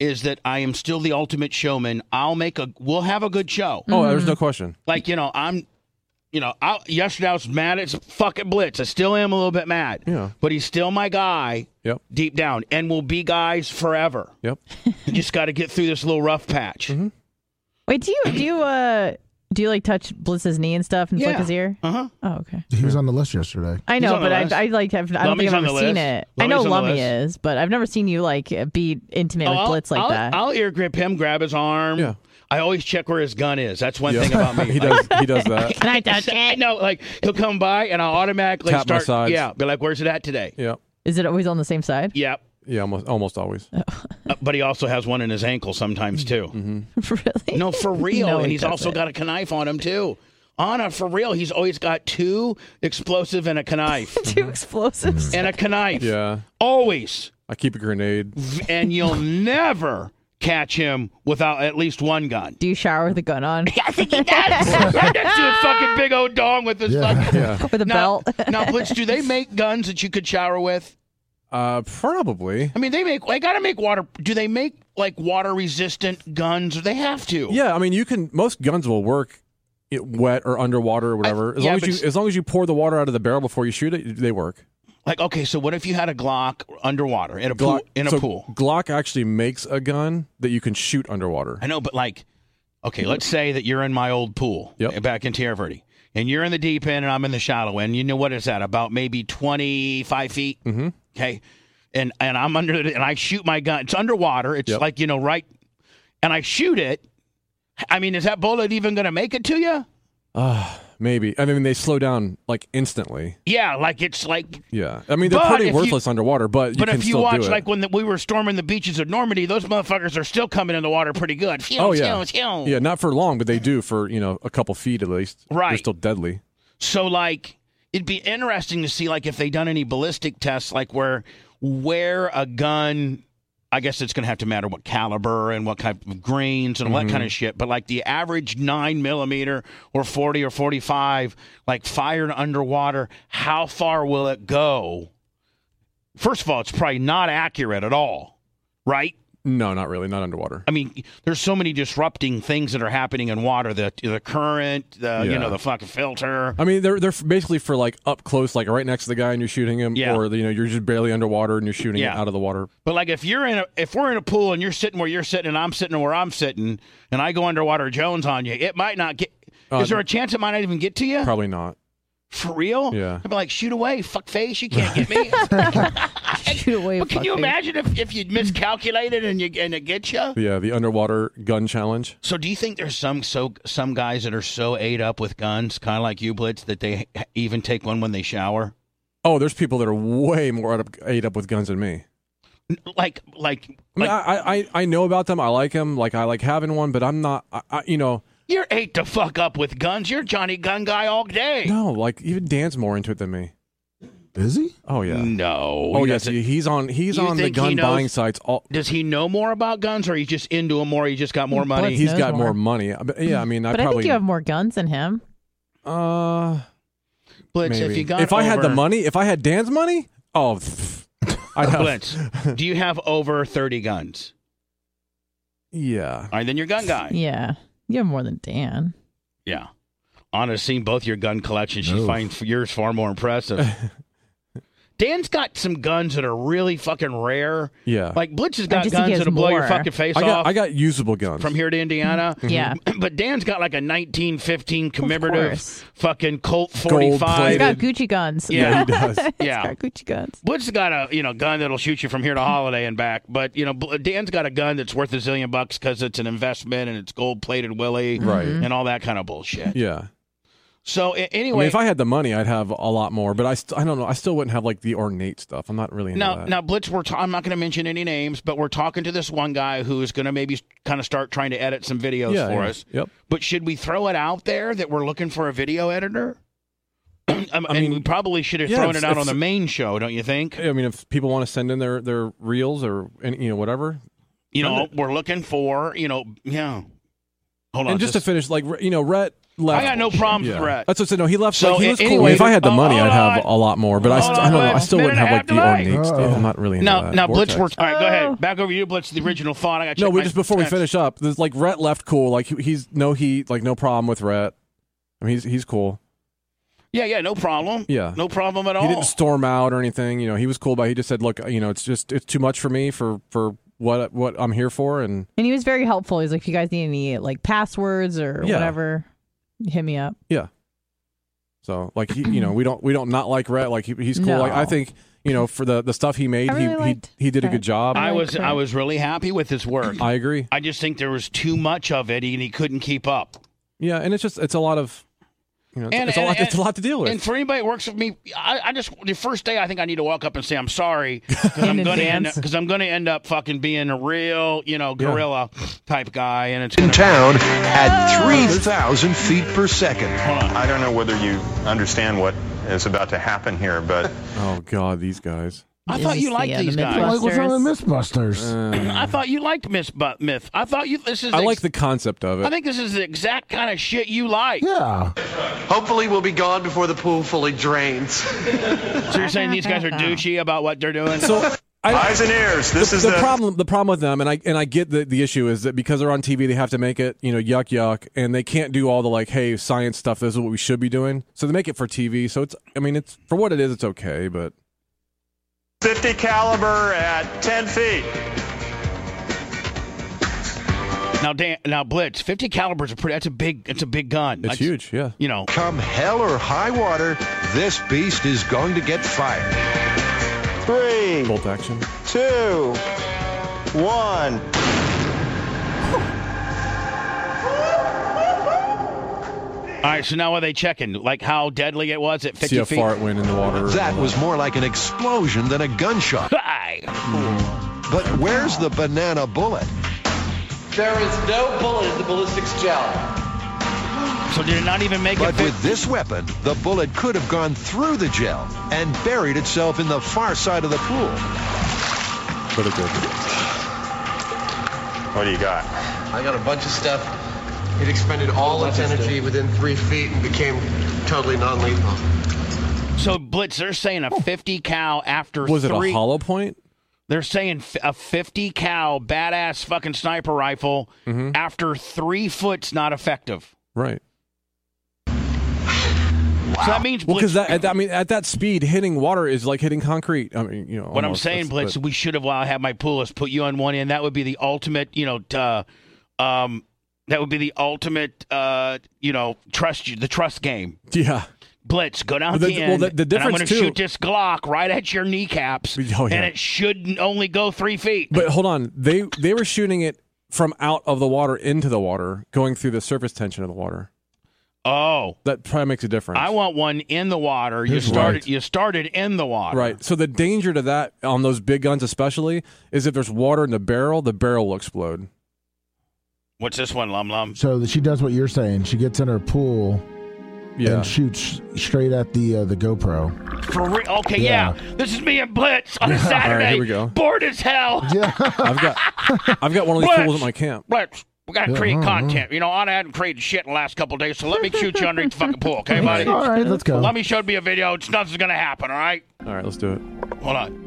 Speaker 1: is that I am still the ultimate showman. I'll make a. We'll have a good show.
Speaker 4: Mm.
Speaker 2: oh there's
Speaker 4: Mm-hmm.
Speaker 2: no question.
Speaker 1: Like you know, I'm. You know, I, yesterday I was mad at fucking Blitz. I still am a little bit mad.
Speaker 2: Yeah.
Speaker 1: But he's still my guy
Speaker 2: Yep.
Speaker 1: deep down, and will be guys forever.
Speaker 2: Yep.
Speaker 1: You just got to get through this little rough patch.
Speaker 2: Mm-hmm.
Speaker 4: Wait, do you do you uh do you like touch Blitz's knee and stuff and flick
Speaker 1: Yeah.
Speaker 4: his ear?
Speaker 1: Uh huh.
Speaker 4: Oh, okay.
Speaker 3: He was on the list yesterday.
Speaker 4: I
Speaker 1: He's
Speaker 4: know,
Speaker 1: on the
Speaker 4: but
Speaker 1: list.
Speaker 4: I, I like have I don't
Speaker 1: Lummy's
Speaker 4: think I've
Speaker 1: on
Speaker 4: ever
Speaker 1: the
Speaker 4: seen
Speaker 1: list.
Speaker 4: it. I know
Speaker 1: Lummy's on the
Speaker 4: Lummy
Speaker 1: list.
Speaker 4: is, but I've never seen you like uh, be intimate with Blitz like
Speaker 1: Oh, I'll,
Speaker 4: that.
Speaker 1: I'll ear grip him, grab his arm.
Speaker 2: Yeah.
Speaker 1: I always check where his gun is. That's one
Speaker 2: Yeah.
Speaker 1: thing about me.
Speaker 2: he
Speaker 1: Like,
Speaker 2: does he does that.
Speaker 4: Can I touch
Speaker 1: I know, like he'll come by and I'll automatically
Speaker 2: Tap my
Speaker 1: start.
Speaker 2: sides.
Speaker 1: Yeah, be like, "Where's it at today?"
Speaker 2: Yeah.
Speaker 4: Is it always on the same side?
Speaker 1: Yep.
Speaker 2: Yeah, almost almost always.
Speaker 1: Uh, but he also has one in his ankle sometimes too.
Speaker 2: Mm-hmm.
Speaker 4: really?
Speaker 1: No, for real.
Speaker 4: No,
Speaker 1: and
Speaker 4: he
Speaker 1: he's also
Speaker 4: doesn't.
Speaker 1: got a knife on him too. Anna, for real, he's always got two explosive and a knife
Speaker 4: Two
Speaker 2: Hmm.
Speaker 4: explosives.
Speaker 1: and a knife.
Speaker 2: Yeah,
Speaker 1: Always.
Speaker 2: I keep a grenade.
Speaker 4: Mm-hmm.
Speaker 1: And you'll never catch him without at least one gun.
Speaker 4: Do you shower with a gun on?
Speaker 1: I think he does. Right next to his fucking big old dong with his
Speaker 3: Yeah.
Speaker 1: fucking.
Speaker 2: Yeah,
Speaker 4: With a
Speaker 1: Now,
Speaker 4: belt?
Speaker 1: now, Blitz, do they make guns that you could shower with?
Speaker 2: uh, probably.
Speaker 1: I mean, they make. They gotta make water. Do they make like water resistant guns? They have to.
Speaker 2: Yeah, I mean you can. Most guns will work, it, wet or underwater or whatever. As
Speaker 1: yeah,
Speaker 2: long
Speaker 1: but
Speaker 2: as
Speaker 1: s-
Speaker 2: you as long as you pour the water out of the barrel before you shoot it, they work.
Speaker 1: Like, okay, so what if you had a Glock underwater in a pool?
Speaker 2: Glock
Speaker 1: In a
Speaker 2: so
Speaker 1: pool.
Speaker 2: Glock actually makes a gun that you can shoot underwater.
Speaker 1: I know, but like, okay, let's say that you're in my old pool eh,
Speaker 2: Yep.
Speaker 1: back in Tierra Verde, and you're in the deep end, and I'm in the shallow end. You know what is that? About maybe 25 feet. Mm-hmm. Okay, and and I'm under, the, and I shoot my gun. It's underwater. It's
Speaker 2: Yep.
Speaker 1: like you know, right, and I shoot it. I mean, is that bullet even going to make it to you?
Speaker 2: Maybe. I mean they slow down like instantly.
Speaker 1: Yeah, like it's like.
Speaker 2: Yeah. I mean they're
Speaker 1: But
Speaker 2: pretty
Speaker 1: if you-
Speaker 2: worthless underwater, but you
Speaker 1: But
Speaker 2: can
Speaker 1: if you
Speaker 2: still
Speaker 1: watch,
Speaker 2: do it.
Speaker 1: like when the, we were storming the beaches of Normandy, those motherfuckers are still coming in the water pretty good. Phew,
Speaker 2: Oh, yeah.
Speaker 1: phew, phew.
Speaker 2: yeah, not for long, but they do for you know a couple feet at least.
Speaker 1: Right.
Speaker 2: They're still deadly.
Speaker 1: So like it'd be interesting to see like if they done any ballistic tests like where where a gun I guess it's gonna have to matter what caliber and what kind of grains and all that kind of shit, but like the average nine millimeter or forty or forty five, like fired underwater, how far will it go? First of all, it's probably not accurate at all, right?
Speaker 2: No, not really. Not underwater.
Speaker 1: I mean, there's so many disrupting things that are happening in water. The the current, the you
Speaker 2: Yeah.
Speaker 1: know, the fucking filter.
Speaker 2: I mean, they're they're basically for like up close, like right next to the guy, and you're shooting him,
Speaker 1: Yeah.
Speaker 2: or you know you're just barely underwater and you're shooting
Speaker 1: Yeah.
Speaker 2: it out of the water.
Speaker 1: But like if you're in a if we're in a pool and you're sitting where you're sitting and I'm sitting where I'm sitting and I go underwater Jones on you, it might not get.
Speaker 2: Uh,
Speaker 1: is there a chance it might not even get to you?
Speaker 2: Probably not.
Speaker 1: For real?
Speaker 2: Yeah.
Speaker 1: I'd be like, shoot away, fuck face, you can't get me.
Speaker 4: Shoot away.
Speaker 1: but can you
Speaker 4: fuckface.
Speaker 1: imagine if, if you miscalculated and you and it gets you?
Speaker 2: Yeah, the underwater gun challenge.
Speaker 1: So do you think there's some so some guys that are so ate up with guns, kind of like you, Blitz, that they h- even take one when they shower?
Speaker 2: Oh, there's people that are way more out up, ate up with guns than me.
Speaker 1: N- Like like
Speaker 2: I, mean,
Speaker 1: like
Speaker 2: I, I I know about them. I like them. Like I like having one, but I'm not. I, I you know
Speaker 1: you're ate the fuck up with guns. You're Johnny Gun guy all day.
Speaker 2: no. Like even Dan's more into it than me.
Speaker 3: Is he?
Speaker 2: Oh yeah.
Speaker 1: No.
Speaker 2: Oh
Speaker 1: Mm. he
Speaker 2: yes,
Speaker 1: doesn't-
Speaker 2: he- he's on. He's
Speaker 1: You
Speaker 2: on the
Speaker 1: think he
Speaker 2: gun
Speaker 1: knows-
Speaker 2: buying sites. All
Speaker 1: Does he know more about guns, or he's just into them, or he just got more money?
Speaker 4: He
Speaker 2: he's
Speaker 4: knows
Speaker 2: got
Speaker 4: more.
Speaker 2: more money. But, yeah, I mean, I
Speaker 4: But I
Speaker 2: probably.
Speaker 4: think you have more guns than him.
Speaker 2: uh,
Speaker 1: Blitz,
Speaker 2: maybe.
Speaker 1: if you got,
Speaker 2: I had the
Speaker 1: over-
Speaker 2: money, if I had Dan's money, oh, pff, I'd have.
Speaker 1: Blitz, do you have over thirty guns?
Speaker 2: Yeah.
Speaker 1: All right, then you're a gun guy. Yeah.
Speaker 4: Yeah. You have more than Dan.
Speaker 1: Anna's seen both your gun collections. She
Speaker 3: Oof.
Speaker 1: finds yours far more impressive. Dan's got some guns that are really fucking rare.
Speaker 2: Yeah.
Speaker 1: Like Blitz has got
Speaker 4: just think he
Speaker 1: guns
Speaker 4: has
Speaker 1: that'll blow your
Speaker 4: more.
Speaker 1: fucking face
Speaker 2: I got
Speaker 1: off
Speaker 2: I got usable guns.
Speaker 1: from here to Indiana.
Speaker 4: Yeah.
Speaker 1: But Dan's got like a 1915 commemorative
Speaker 4: course.
Speaker 1: fucking Colt
Speaker 2: Gold-plated.
Speaker 1: 45.
Speaker 4: He's got
Speaker 2: did.
Speaker 4: Gucci guns.
Speaker 1: Yeah.
Speaker 2: he does.
Speaker 1: Yeah.
Speaker 4: He's got Gucci guns.
Speaker 1: Wood's got a you know gun that'll shoot you from here to Holiday and back, but you know Bl- Dan's got a gun that's worth a zillion bucks because it's an investment and it's gold plated Willie
Speaker 2: Right. Mm-hmm.
Speaker 1: and all that kind of bullshit.
Speaker 2: Yeah.
Speaker 1: So a-
Speaker 2: I mean,
Speaker 1: anyway,
Speaker 2: if I had the money, I'd have a lot more, but I st- I don't know. I still wouldn't have like the ornate stuff. I'm not really into
Speaker 1: now
Speaker 2: that.
Speaker 1: now Blitz, we're ta- I'm not going to mention any names, but we're talking to this one guy who is going to maybe kind of start trying to edit some videos
Speaker 2: yeah,
Speaker 1: for
Speaker 2: yeah.
Speaker 1: us.
Speaker 2: Yep.
Speaker 1: But should we throw it out there that we're looking for a video editor? I and
Speaker 2: mean,
Speaker 1: we probably should have
Speaker 2: yeah,
Speaker 1: thrown
Speaker 2: if-
Speaker 1: it out
Speaker 2: if-
Speaker 1: on the main show, don't you think?
Speaker 2: I mean, if people want to send in their their reels or and you know whatever,
Speaker 1: You know, we're looking for you know, yeah. Hold on,
Speaker 2: and just to
Speaker 1: this-
Speaker 2: finish, like you know, Rhett left.
Speaker 1: I got no problems,
Speaker 2: Yeah.
Speaker 1: with Brett.
Speaker 2: That's what I said. No, he left.
Speaker 1: So,
Speaker 2: like, he
Speaker 1: a-
Speaker 2: was cool.
Speaker 1: anyway,
Speaker 2: if I had the
Speaker 1: oh,
Speaker 2: money, I'd
Speaker 1: hold
Speaker 2: have
Speaker 1: on.
Speaker 2: a lot more. But I,
Speaker 1: Hold
Speaker 2: st- I
Speaker 1: on,
Speaker 2: don't know. I
Speaker 1: Blitz.
Speaker 2: still wouldn't
Speaker 1: Minute
Speaker 2: have
Speaker 1: and
Speaker 2: like
Speaker 1: a
Speaker 2: the
Speaker 1: half
Speaker 2: ornate
Speaker 3: delay.
Speaker 2: stuff.
Speaker 3: Uh-oh.
Speaker 2: I'm not really into
Speaker 1: No,
Speaker 2: that.
Speaker 1: no, Blitz.
Speaker 2: uh, Vortex.
Speaker 1: We're, all right, go
Speaker 4: Oh.
Speaker 1: ahead. Back over to you, Blitz. The original thought. I got
Speaker 2: No, we just before we finish up, there's like Rhett left cool. Like he- he's no he like no problem with Rhett. I mean he's he's cool.
Speaker 1: Yeah, yeah, no problem.
Speaker 2: Yeah.
Speaker 1: no problem at all.
Speaker 2: He didn't storm out or anything. You know, he was cool, but he just said, "Look, you know, it's just it's too much for me for for what what I'm here for." And
Speaker 4: And he was very helpful. He's like, if you guys need any like passwords or
Speaker 2: Yeah.
Speaker 4: whatever, hit me up.
Speaker 2: so like he, you know, we don't we don't not like Rhett. Like he, he's cool. Like
Speaker 4: No.
Speaker 2: I think you know for the the stuff he made,
Speaker 4: I really
Speaker 2: he,
Speaker 4: liked
Speaker 2: he he did a
Speaker 4: Rhett.
Speaker 2: good job. I,
Speaker 1: I was,
Speaker 4: Correct.
Speaker 1: I was really happy with his work.
Speaker 2: agree.
Speaker 1: I just think there was too much of it, and he couldn't keep up.
Speaker 2: Yeah, and it's just it's a lot of You know, it's, it's, a lot, it's a lot to deal with.
Speaker 1: And for anybody that works with me, I, I just the first day I think I need to walk up and say I'm sorry because I'm going to end
Speaker 4: advance.
Speaker 1: because I'm going to end up fucking being a real you know gorilla type guy, and it's gonna,
Speaker 5: in town at 3,000 feet per second.
Speaker 6: I don't know whether you understand what is about to happen here, but
Speaker 2: oh God, these guys.
Speaker 1: I thought you liked
Speaker 4: Yeah, the
Speaker 1: these
Speaker 4: mid-
Speaker 1: guys.
Speaker 3: Like what's wrong with MythBusters?
Speaker 1: I thought you liked Miss but Myth. I thought you this is
Speaker 2: I
Speaker 1: ex-
Speaker 2: like the concept of
Speaker 1: I
Speaker 2: it.
Speaker 1: think this is the exact kind of shit you like.
Speaker 3: yeah,
Speaker 7: Hopefully, we'll be gone before the pool fully drains.
Speaker 1: So you're saying these guys are douchey about what they're doing?
Speaker 2: So I,
Speaker 6: eyes and ears. This is
Speaker 2: the,
Speaker 6: the,
Speaker 2: problem. The problem with them, and I and I get the the issue is that because they're on TV, they have to make it you know yuck yuck, and they can't do all the like hey science stuff. This is what we should be doing. So they make it for TV. So it's I mean it's for what it is, it's okay. But
Speaker 6: 50 caliber at 10 feet.
Speaker 1: now Dan, now Blitz, 50 calibers are pretty. That's a big. It's a big gun.
Speaker 2: it's
Speaker 1: Like,
Speaker 2: huge. Yeah.
Speaker 1: You know,
Speaker 5: Come hell or high water, this beast is going to get fired.
Speaker 6: Three,
Speaker 2: Bolt action.
Speaker 6: two, one.
Speaker 1: all right. So now are they checking like how deadly it was at 50
Speaker 2: See how
Speaker 1: feet?
Speaker 2: far it went in the water.
Speaker 5: That was more like an explosion than a gunshot.
Speaker 1: Hi.
Speaker 5: But where's the banana bullet?
Speaker 7: there is no bullet in the ballistics gel.
Speaker 1: So did it not even make it?
Speaker 5: But
Speaker 1: fif-
Speaker 5: with this weapon, the bullet could have gone through the gel and buried itself in the far side of the pool.
Speaker 2: But it did.
Speaker 6: What do you got?
Speaker 7: I got a bunch of stuff. It expended all its energy within three feet and became totally non-lethal.
Speaker 1: so Blitz, they're saying a 50 cal after
Speaker 2: Was it
Speaker 1: three.
Speaker 2: a hollow point?
Speaker 1: They're saying f- a 50 cal badass fucking sniper rifle
Speaker 2: Mm-hmm.
Speaker 1: after three foot's not effective.
Speaker 2: Right.
Speaker 1: So that means
Speaker 2: Well,
Speaker 1: Blitz.
Speaker 2: because that at that- I mean at that speed, hitting water is like hitting concrete. I mean you know
Speaker 1: What I'm
Speaker 2: almost.
Speaker 1: saying,
Speaker 2: That's-
Speaker 1: Blitz,
Speaker 2: but-
Speaker 1: we should have. While I had my pool, is put you on one end. That would be the ultimate, you know, t- uh, um, that would be the ultimate, uh, you know, trust the trust game.
Speaker 2: yeah.
Speaker 1: Blitz, go down
Speaker 2: But the-
Speaker 1: the,
Speaker 2: well,
Speaker 1: end.
Speaker 2: the-
Speaker 1: and
Speaker 2: the
Speaker 1: I'm
Speaker 2: difference,
Speaker 1: going to
Speaker 2: too-
Speaker 1: shoot this Glock right at your kneecaps,
Speaker 2: Oh, yeah.
Speaker 1: and it should only go three feet.
Speaker 2: But hold on, they they were shooting it from out of the water into the water, going through the surface tension of the water.
Speaker 1: oh,
Speaker 2: That probably makes a difference.
Speaker 1: I want one in the water. You
Speaker 2: Here's
Speaker 1: started.
Speaker 2: right.
Speaker 1: You started in the water.
Speaker 2: right. So the danger to that on those big guns, especially, is if there's water in the barrel, the barrel will explode.
Speaker 1: What's this one, Lum Lum?
Speaker 3: so she does what you're saying. She gets in her pool
Speaker 2: Yeah.
Speaker 3: and shoots straight at the uh, the GoPro.
Speaker 1: For real? Okay, yeah. This is me and Blitz on a Saturday.
Speaker 2: here we go.
Speaker 1: Bored as hell.
Speaker 2: I've got I've got one of these
Speaker 1: Blitz!
Speaker 2: tools at my camp.
Speaker 1: Blitz, we gotta create content. You know, I hadn't created shit in the last couple of days, so let me shoot you underneath the fucking pool, okay, buddy?
Speaker 3: All right, let's go.
Speaker 1: Let me show me a video. It's nothing's gonna happen, all right?
Speaker 2: All right, let's do it.
Speaker 1: Hold on.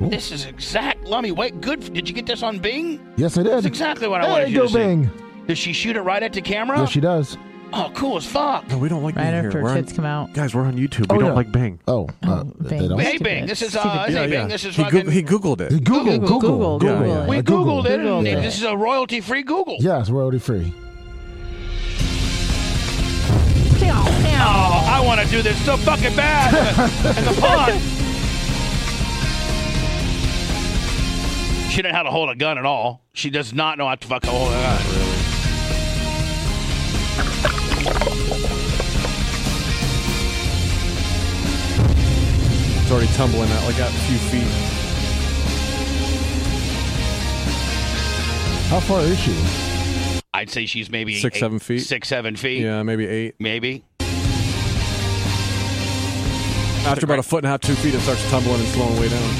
Speaker 1: This is exact. Lummy, wait. Good. Did you get this on Bing?
Speaker 3: yes, I did.
Speaker 1: That's exactly what I
Speaker 3: Hey,
Speaker 1: wanted you
Speaker 3: go
Speaker 1: to see.
Speaker 3: Bing.
Speaker 1: Does she shoot it right at the camera?
Speaker 3: Yes, she does.
Speaker 1: oh, cool as fuck.
Speaker 2: No, we don't like
Speaker 4: Right
Speaker 2: being
Speaker 4: after
Speaker 2: here. We're on-
Speaker 4: kids come out.
Speaker 2: Guys, we're on YouTube.
Speaker 3: Oh,
Speaker 2: we don't
Speaker 3: yeah.
Speaker 2: like Bang.
Speaker 3: Oh, uh,
Speaker 4: Oh,
Speaker 3: they
Speaker 4: Bing.
Speaker 3: don't.
Speaker 1: Hey,
Speaker 4: Stupid.
Speaker 1: Bing. This is uh,
Speaker 4: Stupid.
Speaker 1: hey, Bing. This is
Speaker 2: He,
Speaker 1: fucking.
Speaker 2: Goog- he googled it.
Speaker 3: Google,
Speaker 4: Google,
Speaker 3: Google, Google,
Speaker 4: Google, Google.
Speaker 3: it.
Speaker 1: we
Speaker 3: I
Speaker 1: Googled it.
Speaker 4: Googled
Speaker 1: and
Speaker 4: it.
Speaker 1: This is a royalty-free Google.
Speaker 3: Yes, royalty free.
Speaker 1: Oh, I want to do this so fucking bad. and the pond. She didn't know how to hold a gun at all. She does not know how to fucking hold a gun.
Speaker 2: It's already tumbling out like out a few feet.
Speaker 3: How far is she?
Speaker 1: I'd say she's maybe
Speaker 2: Six,
Speaker 1: eight-
Speaker 2: seven feet?
Speaker 1: Six, seven feet.
Speaker 2: Yeah, maybe eight.
Speaker 1: Maybe.
Speaker 2: After about a foot and a half, two feet, it starts tumbling and slowing way down.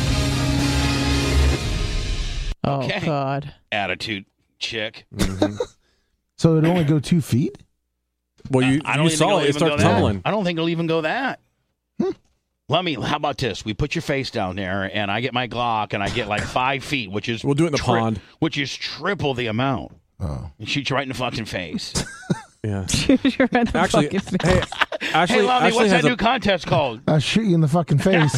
Speaker 4: Oh
Speaker 1: Okay.
Speaker 4: God.
Speaker 1: Attitude chick. Mm-hmm.
Speaker 3: So it only go two feet?
Speaker 2: Well, you,
Speaker 1: I don't
Speaker 2: you
Speaker 1: even think
Speaker 2: saw
Speaker 1: it'll
Speaker 2: it. It
Speaker 1: even go
Speaker 2: started
Speaker 1: that.
Speaker 2: tumbling. Hmm.
Speaker 1: I don't think it'll even go that. Let me. How about this? We put your face down there, and I get my Glock, and I get like five feet, which is
Speaker 2: We'll do it in the pond.
Speaker 1: which is triple the amount.
Speaker 3: Oh.
Speaker 1: And shoot you right in the fucking face.
Speaker 2: Yeah.
Speaker 4: You're at the
Speaker 2: Actually,
Speaker 4: fucking-
Speaker 2: hey, Ashley,
Speaker 1: Hey, Lummy,
Speaker 2: Ashley,
Speaker 1: what's
Speaker 2: has
Speaker 1: that
Speaker 2: a,
Speaker 1: new contest called?
Speaker 3: I shoot Ah, you in the fucking face.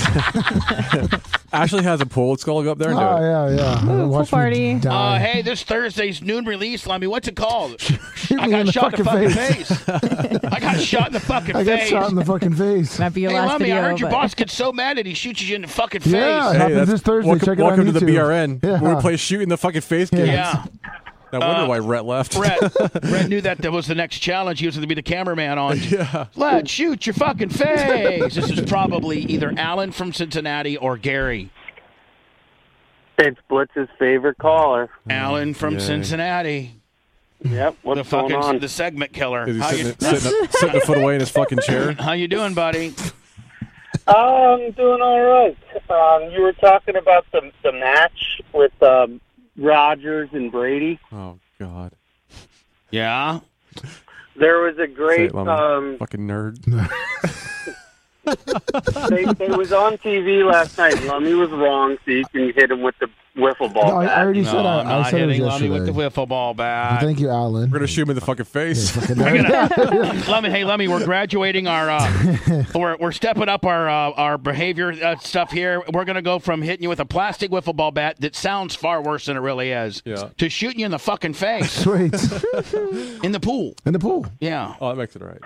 Speaker 2: Ashley has a pool. Let's go go up there and do
Speaker 3: oh,
Speaker 2: it.
Speaker 3: yeah, yeah.
Speaker 4: pool
Speaker 3: Watch me
Speaker 4: party.
Speaker 1: Uh,
Speaker 3: die.
Speaker 1: hey, this Thursday's noon release, Lummy. What's it called?
Speaker 3: Shoot
Speaker 1: I
Speaker 3: me
Speaker 1: got
Speaker 3: in the
Speaker 1: shot in
Speaker 3: fucking
Speaker 1: the fucking
Speaker 3: face.
Speaker 1: face. I got shot in the fucking
Speaker 3: I got
Speaker 1: face.
Speaker 3: shot in the fucking face.
Speaker 4: Might be your
Speaker 1: Hey,
Speaker 4: last
Speaker 1: Lummy,
Speaker 4: video.
Speaker 1: I heard your
Speaker 4: but-
Speaker 1: boss gets so mad that he shoots you in the fucking face.
Speaker 3: Yeah. Happens
Speaker 2: that's-
Speaker 3: this Thursday.
Speaker 2: Welcome,
Speaker 3: Check it out
Speaker 2: welcome
Speaker 3: on
Speaker 2: to the
Speaker 3: YouTube.
Speaker 2: BRN.
Speaker 3: Yeah.
Speaker 2: Where we play shooting the fucking face game.
Speaker 1: Yeah. Uh,
Speaker 2: I wonder why Rhett left.
Speaker 1: Brett, Brett knew that that was the next challenge he was going to be the cameraman on.
Speaker 2: Yeah.
Speaker 1: Let's shoot your fucking face. this is probably either Alan from Cincinnati or Gary.
Speaker 8: It's Blitz's favorite caller.
Speaker 1: Alan from Cincinnati,
Speaker 8: Yep. What's
Speaker 1: the fucking
Speaker 8: going on?
Speaker 1: the segment killer.
Speaker 2: Is he
Speaker 1: How you,
Speaker 2: sitting, sitting, a, sitting a foot away in his fucking chair?
Speaker 1: how you doing, buddy?
Speaker 8: I'm doing all right. Um, you were talking about the the match with um, Rogers and Brady.
Speaker 2: Oh God,
Speaker 1: Yeah.
Speaker 8: There was a
Speaker 2: Say
Speaker 8: great.
Speaker 2: it, Lemon.
Speaker 8: Um,
Speaker 2: fucking nerd.
Speaker 8: they, they was on TV last night. Lummy was wrong, so you can hit him with the wiffle ball.
Speaker 3: No, I, I
Speaker 8: bat.
Speaker 3: already
Speaker 1: No,
Speaker 3: said I,
Speaker 1: I'm
Speaker 3: I
Speaker 1: not
Speaker 3: said it was
Speaker 1: hitting Lummy with the
Speaker 3: yesterday.
Speaker 1: wiffle ball bat.
Speaker 3: Thank you, Alan.
Speaker 2: We're gonna shoot him in the fucking face.
Speaker 1: Lemmy, hey Lemmy, we're graduating our, uh, we're, we're stepping up our uh, our behavior uh, stuff here. We're gonna go from hitting you with a plastic wiffle ball bat that sounds far worse than it really is,
Speaker 2: Yeah.
Speaker 1: to shooting you in the fucking face
Speaker 3: Sweet.
Speaker 1: in the pool.
Speaker 3: In the pool.
Speaker 1: Yeah,
Speaker 2: oh, that makes it all right.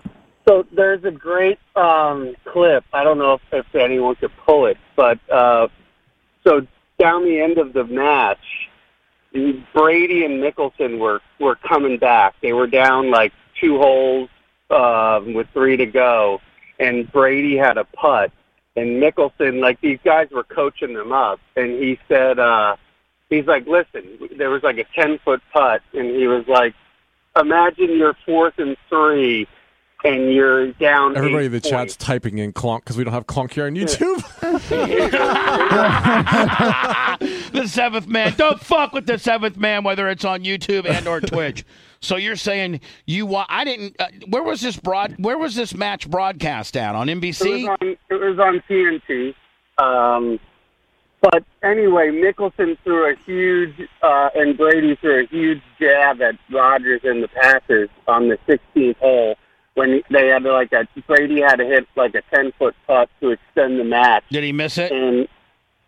Speaker 8: So there's a great um, clip. I don't know if, if anyone could pull it, but uh, so down the end of the match, Brady and Mickelson were were coming back. They were down like two holes um, with three to go, and Brady had a putt, and Mickelson like these guys were coaching them up, and he said uh, he's like, listen, there was like a ten foot putt, and he was like, imagine you're fourth and three. And you're down.
Speaker 2: Everybody
Speaker 8: eight
Speaker 2: in the
Speaker 8: points."
Speaker 2: chat's typing in clonk because we don't have clonk here on YouTube.
Speaker 1: the seventh man. Don't fuck with the seventh man, whether it's on YouTube and or Twitch. So you're saying you wa- I didn't. Uh, where was this broad? Where was this match broadcast at on NBC?
Speaker 8: It was on, it was on TNT. Um, but anyway, Mickelson threw a huge, uh, and Brady threw a huge jab at Rogers and the Packers on the 16th hole when they had like a Brady had to hit like a 10 foot putt to extend the match,
Speaker 1: Did he miss it?
Speaker 8: and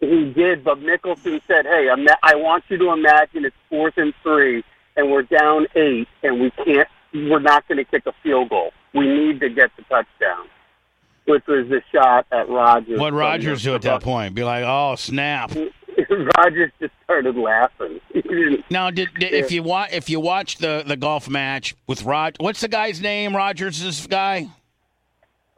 Speaker 8: he did. But Mickelson said, "Hey, I'm I want you to imagine it's fourth and three, and we're down eight, and we can't. We're not going to kick a field goal. We need to get the touchdown." Which was the shot at Rogers.
Speaker 1: What Rogers do at that point? Be like, oh snap.
Speaker 8: Rogers just started laughing. He didn't-
Speaker 1: Now, did, did, if you watch if you watch the the golf match with Rod, what's the guy's name? Rogers, this guy.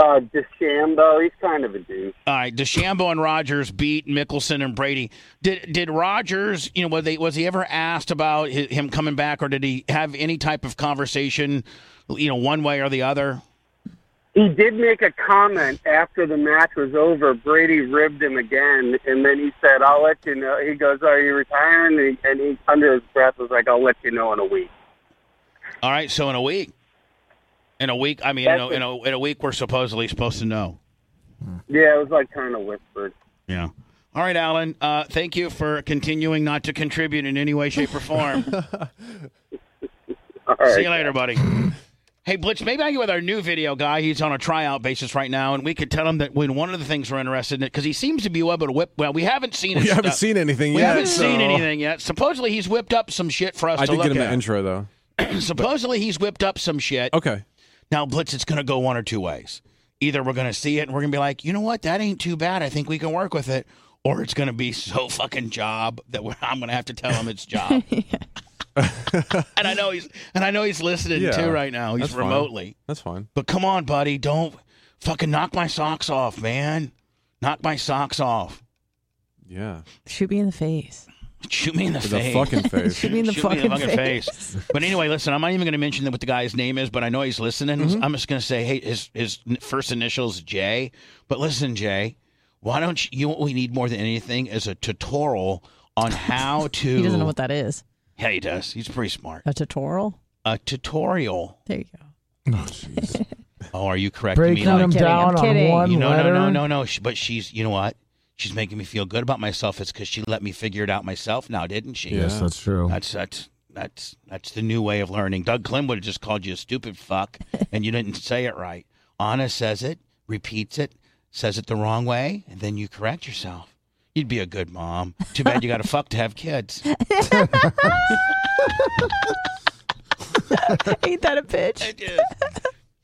Speaker 8: uh, DeChambeau, he's kind of a douche.
Speaker 1: All right, DeChambeau and Rogers beat Mickelson and Brady. Did did Rogers, you know, was they was he ever asked about hi him coming back, or did he have any type of conversation, you know, one way or the other?
Speaker 8: He did make a comment after the match was over. Brady ribbed him again, and then he said, "I'll let you know." He goes, "Are you retiring?" And he, and he under his breath, was like, "I'll let you know in a week."
Speaker 1: All right, so in a week, in a week, I mean, in a, in a in a week, we're supposedly supposed to know.
Speaker 8: Yeah, it was like kind of whispered.
Speaker 1: Yeah. All right, Alan. Uh, thank you for continuing not to contribute in any way, shape, or form.
Speaker 8: All right.
Speaker 1: See you later, buddy. Hey, Blitz, maybe I can get with our new video guy. He's on a tryout basis right now, and we could tell him that when one of the things we're interested in, because he seems to be able to whip. Well, we haven't seen.
Speaker 2: we
Speaker 1: his
Speaker 2: haven't
Speaker 1: stuff.
Speaker 2: seen anything
Speaker 1: We
Speaker 2: yet.
Speaker 1: haven't seen
Speaker 2: so-
Speaker 1: anything yet. Supposedly, he's whipped up some shit for us
Speaker 2: I
Speaker 1: to
Speaker 2: did
Speaker 1: look
Speaker 2: get him
Speaker 1: at.
Speaker 2: the intro though.
Speaker 1: Supposedly, he's whipped up some shit.
Speaker 2: Okay.
Speaker 1: Now, Blitz, it's going to go one or two ways. Either we're going to see it and we're going to be like, you know what, that ain't too bad. I think we can work with it. Or it's going to be so fucking job that we're, I'm going to have to tell him it's job. and I know he's and I know he's listening
Speaker 2: Yeah,
Speaker 1: too right now. He's
Speaker 2: that's fine.
Speaker 1: remotely.
Speaker 2: That's fine.
Speaker 1: But come on, buddy, don't fucking knock my socks off, man. Knock my socks off.
Speaker 2: Yeah.
Speaker 4: Shoot me in the face.
Speaker 1: Shoot me in the
Speaker 2: With
Speaker 1: face.
Speaker 2: a fucking face.
Speaker 4: Shoot me in the,
Speaker 1: Shoot me
Speaker 4: fucking,
Speaker 1: in the fucking
Speaker 4: face.
Speaker 1: face. But anyway, listen, I'm not even going to mention what the guy's name is, but I know he's listening.
Speaker 4: Mm-hmm.
Speaker 1: I'm just going to say, hey, his his n- first initials J. But listen, Jay, why don't you? you know what we need more than anything is a tutorial on how to.
Speaker 4: He doesn't know what that is.
Speaker 1: Yeah, he does. He's pretty smart.
Speaker 4: A tutorial.
Speaker 1: A tutorial.
Speaker 4: There you go.
Speaker 3: Oh, jeez.
Speaker 1: Oh, are you correcting
Speaker 3: Breaking
Speaker 1: me? like
Speaker 3: them
Speaker 4: kidding, I'm
Speaker 3: down on
Speaker 4: kidding.
Speaker 3: one
Speaker 1: you know,
Speaker 3: letter.
Speaker 1: no, no, no, no. She, but she's, you know what? She's making me feel good about myself. It's because she let me figure it out myself now, didn't she?
Speaker 3: Yes,
Speaker 2: Yeah.
Speaker 3: that's true.
Speaker 1: That's that's that's that's the new way of learning. Doug Clem would have just called you a stupid fuck, and you didn't say it right. Anna says it, repeats it, says it the wrong way, and then you correct yourself. You'd be a good mom. Too bad you got to fuck to have kids.
Speaker 4: Ain't that a bitch?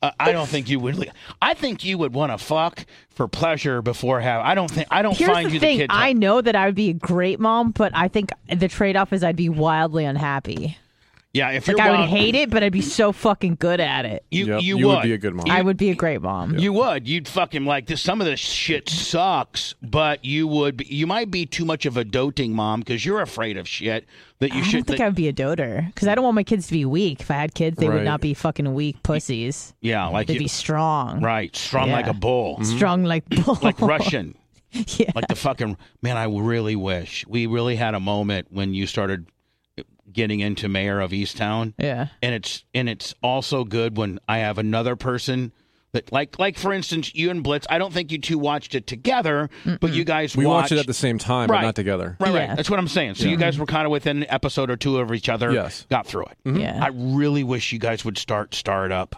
Speaker 1: Uh, I don't think you would. li- I think you would want to fuck for pleasure before have. I don't think. I don't
Speaker 4: Here's
Speaker 1: find
Speaker 4: the
Speaker 1: you
Speaker 4: thing.
Speaker 1: the kid. type.
Speaker 4: I know that I would be a great mom, but I think the trade off is I'd be wildly unhappy.
Speaker 1: Yeah, if
Speaker 4: Like
Speaker 1: you're
Speaker 4: I would
Speaker 1: wild-
Speaker 4: hate it, but I'd be so fucking good at it.
Speaker 1: you,
Speaker 2: Yep,
Speaker 1: you,
Speaker 2: you
Speaker 1: would.
Speaker 2: would be a good mom.
Speaker 4: I would be a great mom.
Speaker 1: You would. You'd fucking like this. Some of this shit sucks, but you would. Be, you might be too much of a doting mom because you're afraid of shit that you
Speaker 4: I
Speaker 1: should.
Speaker 4: don't think
Speaker 1: that-
Speaker 4: I would be a doter because I don't want my kids to be weak. If I had kids, they
Speaker 2: Right.
Speaker 4: would not be fucking weak pussies.
Speaker 1: yeah, like
Speaker 4: They'd
Speaker 1: you,
Speaker 4: be strong,
Speaker 1: right, strong like
Speaker 4: Yeah.
Speaker 1: a bull,
Speaker 4: strong like bull.
Speaker 1: like Russian,
Speaker 4: yeah.
Speaker 1: like the fucking man. I really wish we really had a moment when you started getting into mayor of Easttown.
Speaker 4: yeah.
Speaker 1: and it's and it's also good when I have another person that like like for instance you and Blitz. I don't think you two watched it together, but you guys
Speaker 2: We watched
Speaker 1: watched
Speaker 2: it at the same time,
Speaker 1: Right.
Speaker 2: but not together.
Speaker 1: Right, right.
Speaker 4: Yeah.
Speaker 1: That's what I'm saying. So you guys were kind of within an episode or two of each other.
Speaker 2: Yes.
Speaker 1: Got through it.
Speaker 4: Yeah.
Speaker 1: I really wish you guys would start start up.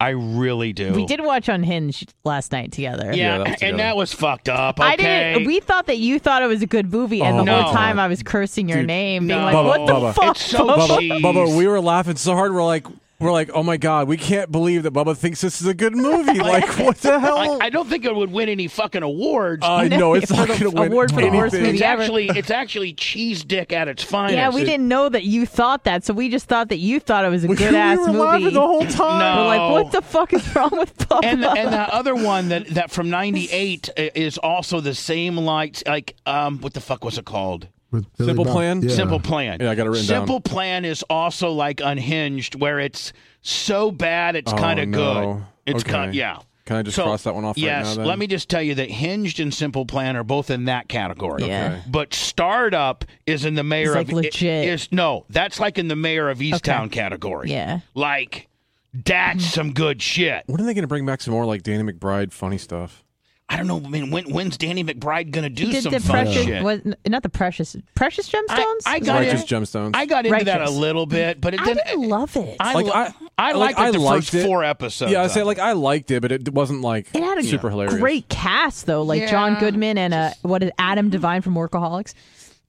Speaker 1: I really do.
Speaker 4: we did watch Unhinged last night
Speaker 1: Yeah,
Speaker 4: together.
Speaker 2: Yeah, that was
Speaker 1: and
Speaker 2: together.
Speaker 1: that was fucked up. Okay.
Speaker 4: I didn't. We thought that you thought it was a good movie, and
Speaker 2: Oh,
Speaker 4: the whole
Speaker 1: no.
Speaker 4: time I was cursing your name, being
Speaker 1: no.
Speaker 4: like,
Speaker 1: Bubba,
Speaker 4: "What the
Speaker 2: Bubba.
Speaker 4: fuck?"
Speaker 1: It's so
Speaker 4: Bubba?"
Speaker 1: cheap.
Speaker 2: Bubba, Bubba, we were laughing so hard. We're like, we're like, oh my god, we can't believe that Bubba thinks this is a good movie. Like, what the
Speaker 1: I,
Speaker 2: hell?
Speaker 1: I don't think it would win any fucking awards.
Speaker 4: Oh,
Speaker 2: I know it's not going to win
Speaker 4: Award for the worst
Speaker 2: anything.
Speaker 1: it's
Speaker 4: movie ever.
Speaker 1: actually it's actually cheese dick at its finest.
Speaker 4: Yeah, we didn't know that you thought that, so we just thought that you thought it was a good ass
Speaker 2: we were
Speaker 4: movie.
Speaker 2: laughing the whole time.
Speaker 1: No.
Speaker 4: We're like, what the fuck is wrong with Bubba?
Speaker 1: and the, and the other one that that from '98 is also the same lights. Like, um, what the fuck was it called?
Speaker 3: With Billy
Speaker 2: Simple
Speaker 3: Bob.
Speaker 2: Plan?
Speaker 3: Yeah.
Speaker 1: Simple Plan.
Speaker 2: Yeah, I got it written down.
Speaker 1: Simple Plan is also like unhinged, where it's so bad it's
Speaker 2: Oh,
Speaker 1: kind of
Speaker 2: no.
Speaker 1: good. It's
Speaker 2: Okay.
Speaker 1: kind, yeah.
Speaker 2: Can I just
Speaker 1: So,
Speaker 2: cross that one off?
Speaker 1: Yes.
Speaker 2: Right now, then?
Speaker 1: Let me just tell you that Hinged and Simple Plan are both in that category.
Speaker 4: Yeah.
Speaker 2: Okay.
Speaker 1: But Startup is in the mayor
Speaker 4: It's, like,
Speaker 1: of
Speaker 4: legit.
Speaker 1: Is no, that's like in the mayor of Easttown category.
Speaker 4: yeah,
Speaker 1: Like, that's some good shit.
Speaker 2: When are they going to bring back some more like Danny McBride funny stuff?
Speaker 1: I don't know. I mean, when, when's Danny McBride gonna do
Speaker 4: did
Speaker 1: some
Speaker 4: the
Speaker 1: fun
Speaker 4: precious
Speaker 1: shit?
Speaker 4: was n- not the precious precious gemstones?
Speaker 1: I
Speaker 4: Is
Speaker 1: got
Speaker 4: that
Speaker 1: it.
Speaker 2: Righteous
Speaker 4: right?
Speaker 2: gemstones.
Speaker 1: I got into that a
Speaker 4: Righteous.
Speaker 1: little bit, but it
Speaker 4: I
Speaker 1: didn't.
Speaker 4: didn't love it.
Speaker 1: I
Speaker 2: Like,
Speaker 1: li-
Speaker 2: I-
Speaker 1: I
Speaker 2: like,
Speaker 1: liked it
Speaker 2: I
Speaker 1: the
Speaker 2: liked
Speaker 1: first
Speaker 2: it.
Speaker 1: four episodes.
Speaker 2: yeah, I
Speaker 1: of
Speaker 2: say
Speaker 1: it.
Speaker 2: like I liked it, but it wasn't like
Speaker 4: It had a
Speaker 2: super hilarious.
Speaker 4: great cast though, like John Goodman and uh, what is Adam Devine from Workaholics.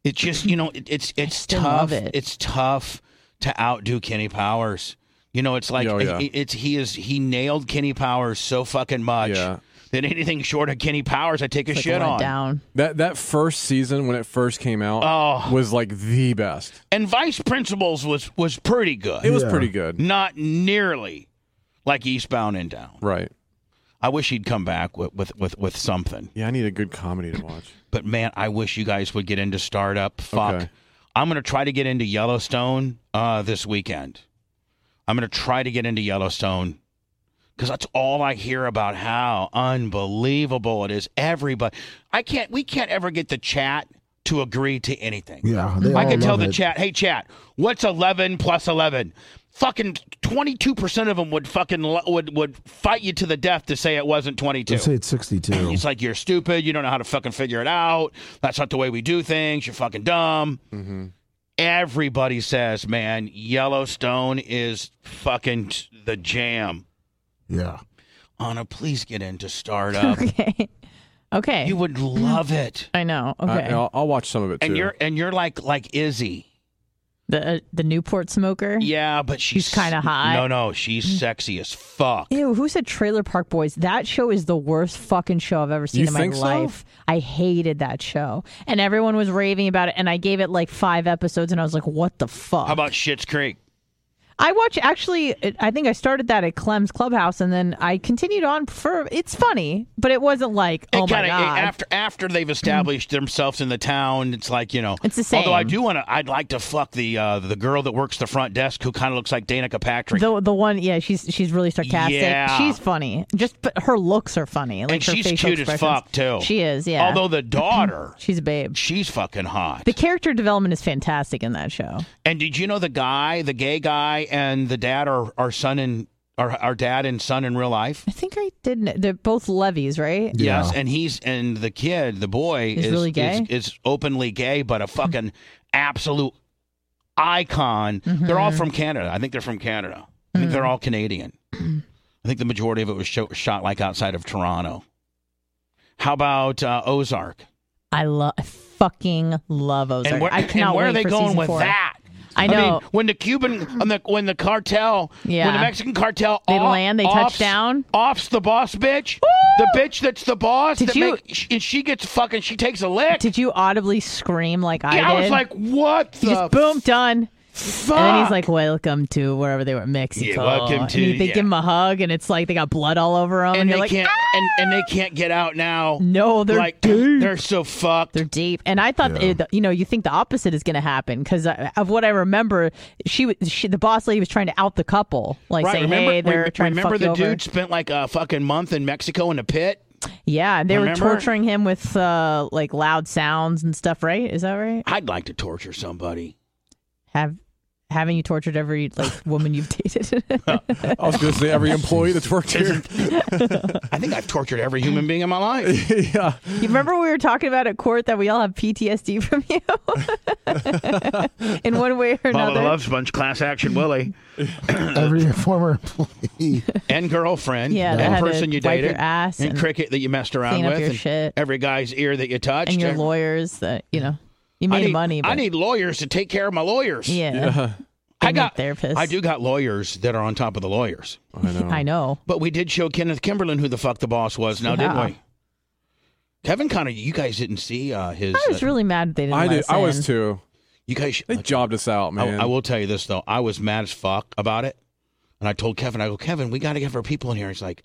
Speaker 1: It just you know it, it's it's
Speaker 4: still
Speaker 1: tough.
Speaker 4: love it.
Speaker 1: It's tough to outdo Kenny Powers. You know, it's like
Speaker 2: Oh, yeah.
Speaker 1: it- it's he is he nailed Kenny Powers so fucking much
Speaker 2: Yeah.
Speaker 1: that anything short of Kenny Powers, I take a
Speaker 4: Like,
Speaker 1: shit
Speaker 4: went
Speaker 1: on.
Speaker 4: down.
Speaker 2: That that first season when it first came out
Speaker 1: Oh.
Speaker 2: was like the best.
Speaker 1: And Vice Principals was was pretty good,
Speaker 2: It was
Speaker 3: Yeah.
Speaker 2: pretty good.
Speaker 1: not nearly like Eastbound and Down.
Speaker 2: Right.
Speaker 1: I wish he'd come back with with with, with something.
Speaker 2: Yeah, I need a good comedy to watch.
Speaker 1: but man, I wish you guys would get into startup. Fuck.
Speaker 2: Okay.
Speaker 1: I'm gonna try to get into Yellowstone uh, this weekend. I'm gonna try to get into Yellowstone because that's all I hear about. How unbelievable it is! Everybody, I can't. We can't ever get the chat to agree to anything.
Speaker 3: Yeah, they
Speaker 1: I
Speaker 3: all
Speaker 1: can tell
Speaker 3: love
Speaker 1: the
Speaker 3: it.
Speaker 1: chat, hey chat, what's eleven plus eleven? Fucking twenty-two percent of them would fucking lo- would would fight you to the death to say it wasn't twenty-two.
Speaker 3: Let's say it's 62.
Speaker 1: It's like you're stupid. You don't know how to fucking figure it out. That's not the way we do things. You're fucking dumb. Everybody says, man, Yellowstone is fucking t- the jam.
Speaker 3: yeah.
Speaker 1: Anna, please get into startup.
Speaker 4: Okay, okay,
Speaker 1: you would love it.
Speaker 4: I know.
Speaker 2: I,
Speaker 4: Okay,
Speaker 2: will I'll watch some of it too.
Speaker 1: And you're and you're like like Izzy.
Speaker 4: the uh, the Newport smoker.
Speaker 1: Yeah, but she's
Speaker 4: She's kinda hot.
Speaker 1: No, no, she's sexy as fuck.
Speaker 4: Ew, who said Trailer Park Boys? That show is the worst fucking show I've ever seen
Speaker 2: You
Speaker 4: in my
Speaker 2: think so?
Speaker 4: life. I hated that show. And everyone was raving about it and I gave it like 5 episodes and I was like, "What the fuck?"
Speaker 1: How about Shit's Creek?
Speaker 4: I watch actually it- I think I started that at Clem's Clubhouse and then I continued on for it's funny, but it wasn't like,
Speaker 1: It
Speaker 4: "Oh my
Speaker 1: kinda- it-
Speaker 4: god."
Speaker 1: after after they've established themselves in the town, it's like you know.
Speaker 4: It's the same.
Speaker 1: Although I do want to, I'd like to fuck the uh, the girl that works the front desk who kind of looks like Danica Patrick,
Speaker 4: the the one, yeah, she's she's really sarcastic.
Speaker 1: Yeah.
Speaker 4: She's funny. Just but her looks are funny. Like
Speaker 1: and
Speaker 4: her
Speaker 1: she's
Speaker 4: facial
Speaker 1: cute as
Speaker 4: expressions.
Speaker 1: fuck too.
Speaker 4: She is, yeah.
Speaker 1: Although the daughter,
Speaker 4: she's a babe.
Speaker 1: she's fucking hot.
Speaker 4: The character development is fantastic in that show.
Speaker 1: and did you know the guy, the gay guy, and the dad are our son and our our dad and son in real life?
Speaker 4: I think I did. kn- They're both levies, right?
Speaker 3: Yeah.
Speaker 1: Yes, and he's and the kid, the boy,
Speaker 4: He's
Speaker 1: is
Speaker 4: really gay?
Speaker 1: Is, is openly gay, but a fucking absolute icon.
Speaker 4: Mm-hmm.
Speaker 1: They're all from Canada. I think they're from Canada. I think
Speaker 4: Mm.
Speaker 1: they're all Canadian. I think the majority of it was sho shot like outside of Toronto. How about uh, Ozark?
Speaker 4: I love, I fucking love Ozark.
Speaker 1: And where,
Speaker 4: I cannot
Speaker 1: and where
Speaker 4: wait
Speaker 1: are they
Speaker 4: for
Speaker 1: going
Speaker 4: season
Speaker 1: with
Speaker 4: four.
Speaker 1: that?
Speaker 4: I know.
Speaker 1: mean, when the Cuban, when the, when the cartel,
Speaker 4: Yeah.
Speaker 1: when the Mexican cartel,
Speaker 4: They
Speaker 1: off-
Speaker 4: land, they
Speaker 1: offs,
Speaker 4: touch down?
Speaker 1: offs the boss bitch, the bitch that's the boss.
Speaker 4: Did
Speaker 1: that
Speaker 4: you-
Speaker 1: make- sh- and she gets fucking, she takes a lick.
Speaker 4: Did you audibly scream like I
Speaker 1: yeah,
Speaker 4: did?
Speaker 1: I was like, what the
Speaker 4: you just boom, done.
Speaker 1: Fuck.
Speaker 4: And then he's like, "Welcome to wherever they were, Mexico."
Speaker 1: Yeah, welcome
Speaker 4: and
Speaker 1: to-
Speaker 4: you- they
Speaker 1: yeah.
Speaker 4: give him a hug, and it's like they got blood all over them, and,
Speaker 1: and
Speaker 4: you're
Speaker 1: they
Speaker 4: like,
Speaker 1: can't
Speaker 4: "Ah!"
Speaker 1: and, and they can't get out now.
Speaker 4: "No, they're
Speaker 1: like
Speaker 4: deep.
Speaker 1: they're so fucked.
Speaker 4: They're deep." And I thought,
Speaker 3: Yeah.
Speaker 4: it- you know, you think the opposite is going to happen because of what I remember. She, was- she, the boss lady, was trying to out the couple, like saying, "Hey, they're
Speaker 1: rem-
Speaker 4: trying
Speaker 1: remember
Speaker 4: to fuck
Speaker 1: the
Speaker 4: you
Speaker 1: dude
Speaker 4: over."
Speaker 1: spent like a fucking month in Mexico in a pit.
Speaker 4: Yeah, and they were
Speaker 1: Remember?
Speaker 4: torturing him with uh, like loud sounds and stuff. Right? Is that right?
Speaker 1: I'd like to torture somebody.
Speaker 4: Have haven't you tortured every like woman you've dated?
Speaker 2: I was going to say every employee that's worked here.
Speaker 1: I think I've tortured every human being in my life.
Speaker 2: yeah.
Speaker 4: you remember we were talking about at court that we all have PTSD from you, in one way or
Speaker 1: Follow the
Speaker 4: another.
Speaker 1: Love Sponge, Class Action Willie,
Speaker 3: Every former employee.
Speaker 1: and girlfriend,
Speaker 4: Yeah, that
Speaker 1: and
Speaker 4: had to
Speaker 1: person you
Speaker 4: wipe
Speaker 1: dated,
Speaker 4: your ass
Speaker 1: and,
Speaker 4: and
Speaker 1: cricket that you messed around
Speaker 4: clean up
Speaker 1: with,
Speaker 4: your
Speaker 1: and
Speaker 4: shit.
Speaker 1: every guy's ear that you touched,
Speaker 4: and your
Speaker 1: Every-
Speaker 4: lawyers that you know you
Speaker 1: I
Speaker 4: made
Speaker 1: need
Speaker 4: money. But
Speaker 1: I need lawyers to take care of my lawyers.
Speaker 4: yeah,
Speaker 1: I
Speaker 4: and your
Speaker 1: got
Speaker 4: therapist.
Speaker 1: I do got lawyers that are on top of the lawyers.
Speaker 2: I know.
Speaker 4: I know.
Speaker 1: But we did show Kenneth Kimberlin who the fuck the boss was now,
Speaker 4: Yeah.
Speaker 1: didn't we? Kevin Connor, you guys didn't see uh, his.
Speaker 4: I was
Speaker 1: uh,
Speaker 4: really mad that they didn't.
Speaker 2: I
Speaker 4: let
Speaker 2: did.
Speaker 4: us
Speaker 2: I was
Speaker 4: in.
Speaker 2: too.
Speaker 1: you guys. should-
Speaker 2: They jobbed us out,
Speaker 1: I,
Speaker 2: man.
Speaker 1: I will tell you this though, I was mad as fuck about it, and I told Kevin, I go, Kevin, we got to get our people in here. He's like,